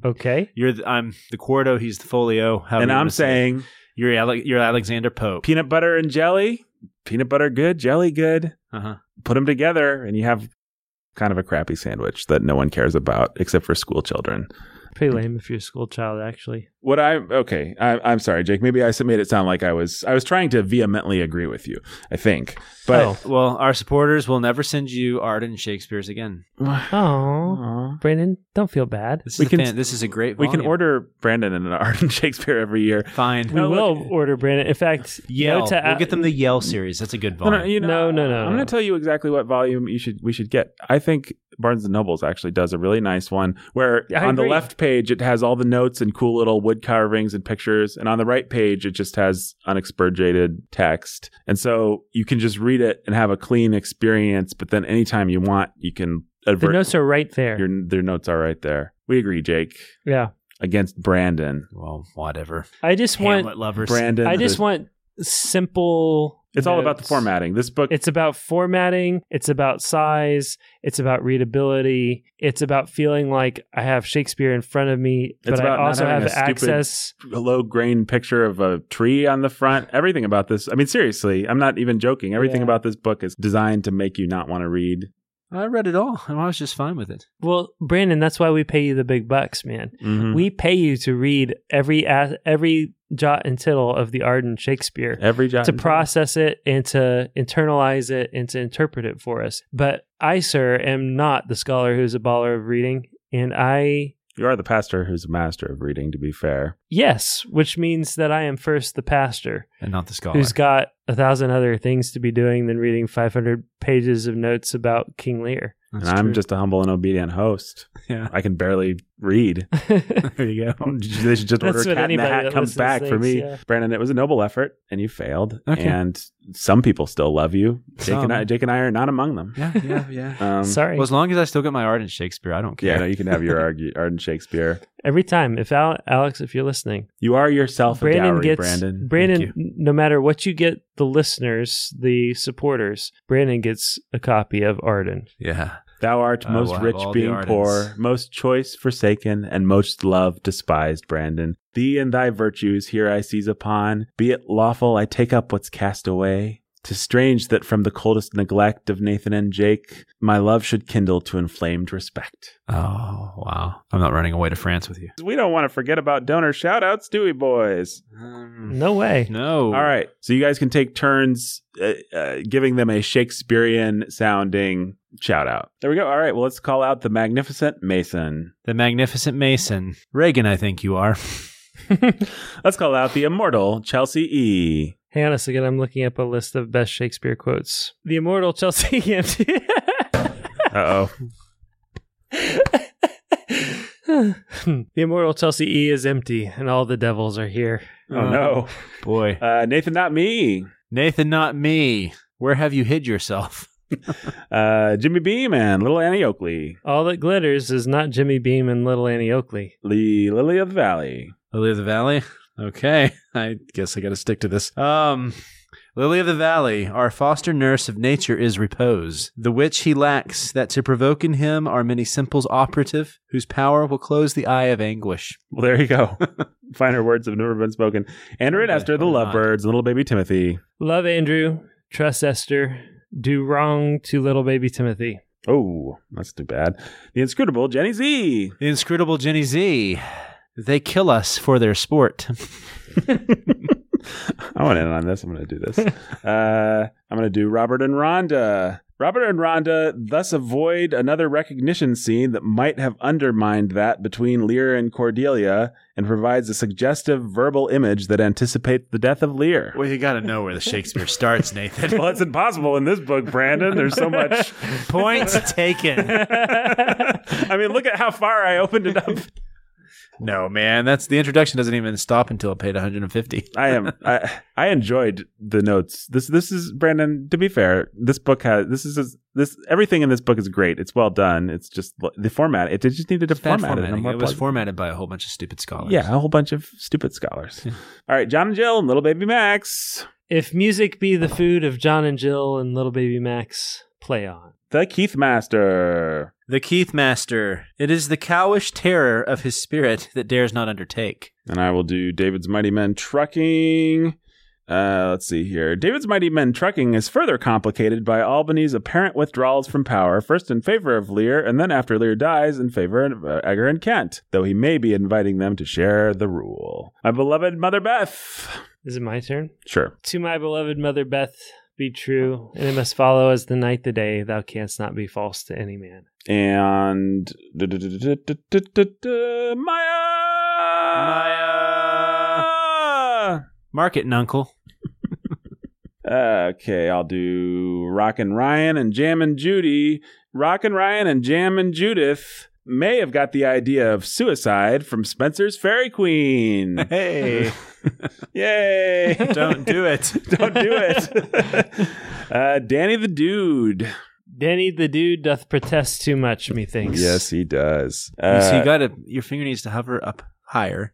Speaker 2: Okay.
Speaker 3: You're the, I'm the quarto. He's the folio. however
Speaker 1: and
Speaker 3: you
Speaker 1: I'm
Speaker 3: wanna say it.
Speaker 1: saying
Speaker 3: you're Ale- you're Alexander Pope.
Speaker 1: peanut butter and jelly, peanut butter good, jelly good.
Speaker 3: Uh-huh.
Speaker 1: Put them together, and you have kind of a crappy sandwich that no one cares about except for school children.
Speaker 2: Pretty lame if you're a school child, actually.
Speaker 1: What I okay, I, I'm sorry, Jake. Maybe I made it sound like I was I was trying to vehemently agree with you. I think, but
Speaker 3: Oh, Well, our supporters will never send you Arden Shakespeare's again.
Speaker 2: oh,
Speaker 1: Aw.
Speaker 2: Brandon, don't feel bad.
Speaker 3: This is
Speaker 1: We
Speaker 3: a
Speaker 1: can-
Speaker 3: fan- this is a great.
Speaker 1: we can
Speaker 3: volume.
Speaker 1: order Brandon and an Arden Shakespeare every year.
Speaker 3: Fine.
Speaker 2: We
Speaker 1: No,
Speaker 2: will
Speaker 1: Oh, look-
Speaker 2: order Brandon. In fact,
Speaker 3: Yell.
Speaker 2: no to
Speaker 3: we'll get them the Yell series. That's a good
Speaker 1: No,
Speaker 3: volume.
Speaker 1: no, you
Speaker 2: No,
Speaker 1: know,
Speaker 2: no, no,
Speaker 1: I'm
Speaker 2: no.
Speaker 1: going to tell you exactly what volume you should we should get. I think Barnes and Nobles actually does a really nice one where
Speaker 2: I
Speaker 1: on
Speaker 2: agree.
Speaker 1: the left page it has all the notes and cool little wood carvings and pictures, and on the right page it just has unexpurgated text, and so you can just read it and have a clean experience. But then anytime you want, you can
Speaker 2: the
Speaker 1: advert.
Speaker 2: notes are right there.
Speaker 1: your their notes are right there. We agree, Jake,
Speaker 2: yeah.
Speaker 1: against Brandon.
Speaker 3: well, whatever.
Speaker 2: I just want.
Speaker 3: Hamlet lovers.
Speaker 1: Brandon,
Speaker 2: I just
Speaker 1: the-
Speaker 2: want simple.
Speaker 1: It's all about the
Speaker 2: notes.
Speaker 1: formatting. This book
Speaker 2: It's about formatting. It's about size. It's about readability. It's about feeling like I have Shakespeare in front of me, but I
Speaker 1: about not
Speaker 2: also have
Speaker 1: having a stupid-
Speaker 2: access.
Speaker 1: low grain picture of a tree on the front. Everything about this, I mean, seriously, I'm not even joking. Everything
Speaker 2: Yeah.
Speaker 1: about this book is designed to make you not want to read.
Speaker 3: I read it all, and I was just fine with it.
Speaker 2: Well, Brandon, that's why we pay you the big bucks, man.
Speaker 1: Mm-hmm.
Speaker 2: We pay you to read every a- every jot and tittle of the Arden Shakespeare.
Speaker 1: Every job
Speaker 2: to process it and to internalize it and to interpret it for us. But I, sir, am not the scholar who's a baller of reading. And I
Speaker 1: You are the pastor who's a master of reading. To be fair,
Speaker 2: Yes, which means that I am first the pastor
Speaker 3: And not the scholar.
Speaker 2: who's got a thousand other things to be doing than reading 500 pages of notes about King Lear.
Speaker 3: That's
Speaker 1: and I'm
Speaker 3: true.
Speaker 1: just a humble and obedient host.
Speaker 3: Yeah.
Speaker 1: I can barely read.
Speaker 2: That's
Speaker 1: There Oh, you go. they should just order a cat, and the hat
Speaker 2: that
Speaker 1: comes
Speaker 2: listens
Speaker 1: back for
Speaker 2: thinks,
Speaker 1: me.
Speaker 2: yeah.
Speaker 1: Brandon, it was a noble effort, and you failed.
Speaker 3: Okay.
Speaker 1: And some people still love you. Jake
Speaker 3: Some.
Speaker 1: and I, Jake and I are not among them.
Speaker 3: Yeah, yeah, yeah.
Speaker 1: Um,
Speaker 2: Sorry.
Speaker 3: well, as long as I still get my Arden Shakespeare, I don't care.
Speaker 1: Yeah, no, you can have your argue, Arden Shakespeare.
Speaker 2: Every time, if Al- Alex, if you're listening,
Speaker 1: You are yourself a
Speaker 2: Brandon
Speaker 1: dowry,
Speaker 2: gets
Speaker 1: Brandon. Thank you.
Speaker 2: Brandon. No matter what you get, the listeners, the supporters, Brandon gets a copy of Arden.
Speaker 3: yeah.
Speaker 1: Thou art
Speaker 3: I will
Speaker 1: most
Speaker 3: have
Speaker 1: rich
Speaker 3: all the
Speaker 1: being
Speaker 3: ardents.
Speaker 1: poor, most choice forsaken, and most loved despised, Brandon. Thee and thy virtues here I seize upon. Be it lawful, I take up what's cast away. 'Tis strange that from the coldest neglect of Nathan and Jake, my love should kindle to inflamed respect.
Speaker 3: Oh wow! I'm not running away to France with you.
Speaker 1: We don't want to forget about donor shoutouts, do we, boys? Mm.
Speaker 3: Um,
Speaker 2: No way.
Speaker 3: no.
Speaker 1: All right. So you guys can take turns uh, uh, giving them a Shakespearean sounding shout out. There we go. All right. Well, let's call out the magnificent Mason.
Speaker 3: The magnificent Mason Reagan. I think you are.
Speaker 1: Let's call out the immortal Chelsea E.
Speaker 2: Hang on a second. I'm looking up a list of best Shakespeare quotes. The immortal Chelsea E Hampton.
Speaker 1: Uh oh.
Speaker 2: the immortal Chelsea E is empty, and all the devils are here.
Speaker 1: Oh no.
Speaker 3: boy.
Speaker 1: Uh, Nathan, not me.
Speaker 3: Nathan, not me. Where have you hid yourself?
Speaker 1: Uh, Jimmy Beam and Little Annie Oakley.
Speaker 2: All that glitters is not Jimmy Beam and Little Annie Oakley.
Speaker 1: The Lily of the Valley.
Speaker 3: Lily of the Valley. Okay, I guess I got to stick to this. Um, Lily of the Valley, our foster nurse of nature is repose, the which he lacks, that to provoke in him are many simples operative, whose power will close the eye of anguish.
Speaker 1: Well, there you go. Finer words have never been spoken. Andrew and
Speaker 3: Yeah,
Speaker 1: Esther, the
Speaker 3: probably not.
Speaker 1: lovebirds, little baby Timothy.
Speaker 2: Love Andrew, trust Esther, do wrong to little baby Timothy.
Speaker 1: Oh, that's too bad. The inscrutable Jenny Z.
Speaker 3: The inscrutable Jenny Z, they kill us for their sport.
Speaker 1: I want in on this. I'm going to do this. uh, I'm going to do Robert and Rhonda. Robert and Rhonda thus avoid another recognition scene that might have undermined that between Lear and Cordelia and provides a suggestive verbal image that anticipates the death of Lear.
Speaker 3: Well, you got to know where the Shakespeare starts, Nathan.
Speaker 1: Well, it's impossible in this book, Brandon. There's so much.
Speaker 3: Point taken.
Speaker 1: I mean, look at how far I opened it up.
Speaker 3: No, man, that's the introduction doesn't even stop until it paid 150.
Speaker 1: I am. I, I enjoyed the notes. This this is Brandon. To be fair, this book has this is this everything in this book is great. It's well done. It's just the format. It, just needed to
Speaker 3: Bad
Speaker 1: format it. in a
Speaker 3: formatting.
Speaker 1: more
Speaker 3: It was
Speaker 1: pleasant-
Speaker 3: formatted by a whole bunch of stupid scholars.
Speaker 1: Yeah, a whole bunch of stupid scholars. All right, John and Jill and little baby Max.
Speaker 2: If music be the food of John and Jill and little baby Max, play on.
Speaker 1: The Keith Master.
Speaker 3: The Keith Master. It is the cowish terror of his spirit that dares not undertake.
Speaker 1: And I will do David's Mighty Men Trucking. Uh, let's see here. David's Mighty Men Trucking is further complicated by Albany's apparent withdrawals from power, first in favor of Lear, and then after Lear dies, in favor of uh, Edgar and Kent, though he may be inviting them to share the rule. My beloved Mother Beth.
Speaker 2: Is it my turn?
Speaker 1: Sure.
Speaker 2: To my beloved mother Beth, be true, and it must follow as the night the day. Thou canst not be false to any man.
Speaker 1: And Maya.
Speaker 3: Maya. Mark it, Nuncle.
Speaker 1: Okay, I'll do Rockin' Ryan and Jammin' Judy. Rockin' Ryan and Jammin' Judith may have got the idea of suicide from Spencer's Fairy Queen.
Speaker 3: Hey,
Speaker 1: Yay!
Speaker 3: don't do it.
Speaker 1: Don't do it. uh, Danny the Dude.
Speaker 2: Danny the dude doth protest too much, methinks.
Speaker 1: Yes, he does.
Speaker 3: so you
Speaker 1: Uh,
Speaker 3: gotta, your finger needs to hover up higher,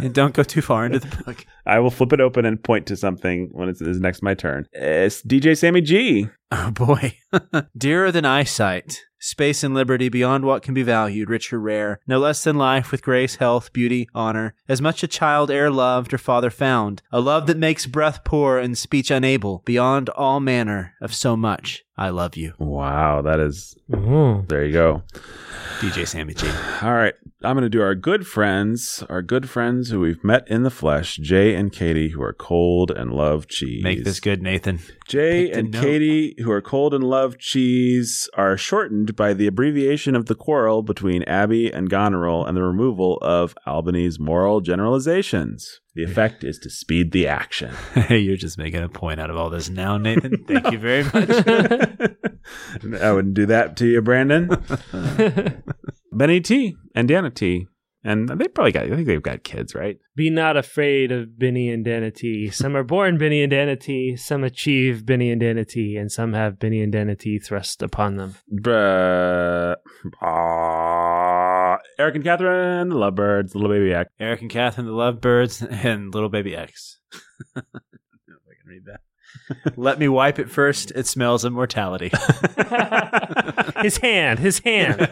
Speaker 3: and don't go too far into the book.
Speaker 1: I will flip it open and point to something when it's, it's next my turn. Uh, It's DJ Sammy G.
Speaker 3: Oh boy, dearer than eyesight. Space and liberty beyond what can be valued, rich or rare, no less than life with grace, health, beauty, honor, as much a child e'er loved or father found, a love that makes breath poor and speech unable, beyond all manner of so much. I love you,
Speaker 1: Wow, that is.
Speaker 2: Ooh.
Speaker 1: There you go.
Speaker 3: DJ Sammy G.
Speaker 1: All right. I'm going to do our good friends, our good friends who we've met in the flesh, Jay and Katie, who are cold and love cheese.
Speaker 3: Make this good, Nathan.
Speaker 1: Jay
Speaker 3: Picked a
Speaker 1: and
Speaker 3: note.
Speaker 1: Katie, who are cold and love cheese, are shortened by the abbreviation of the quarrel between Abby and Goneril and the removal of Albany's moral generalizations. The effect is to speed the action.
Speaker 3: Hey, you're just making a point out of all this now, Nathan. Thank you very much.
Speaker 1: I wouldn't do that to you, Brandon. Benny T and Dana T. And they probably got, I think they've got kids, right?
Speaker 2: Be not afraid of Benny and Danity. Some are born Benny and Danity, some achieve Benny and Danity, and some have Benny and Danity thrust upon them.
Speaker 1: Bruh. Ah. Eric and Catherine, the Lovebirds, the Little Baby Act.
Speaker 3: Eric and Catherine, the Lovebirds, and Little Baby X. I don't know if I can read that. Let me wipe it first. It smells of mortality.
Speaker 2: His hand, his hand.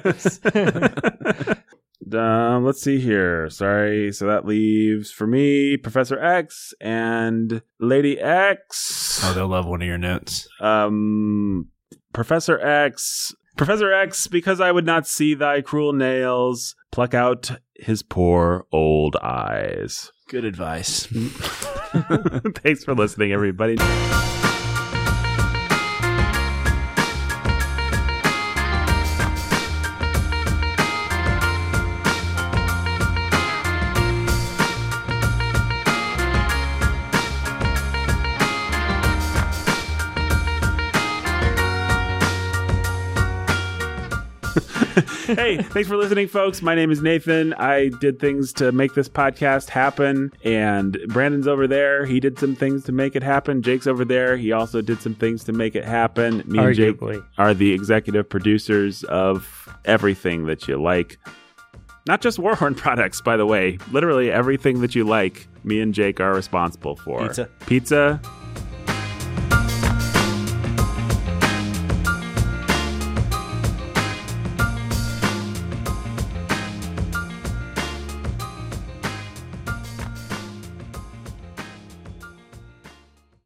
Speaker 1: Um, let's see here. Sorry. So that leaves for me Professor X and Lady X.
Speaker 3: oh, they'll love one of your notes.
Speaker 1: um, Professor X. Professor X, because I would not see thy cruel nails, pluck out his poor old eyes.
Speaker 3: Good advice.
Speaker 1: Thanks for listening, everybody. hey, thanks for listening, folks. My name is Nathan. I did things to make this podcast happen, and Brandon's over there. He did some things to make it happen. Jake's over there. He also did some things to make it happen. Me and Jake
Speaker 2: Arguably.
Speaker 1: are the executive producers of everything that you like. Not just Warhorn products, by the way. Literally everything that you like, me and Jake are responsible for.
Speaker 3: Pizza.
Speaker 1: Pizza,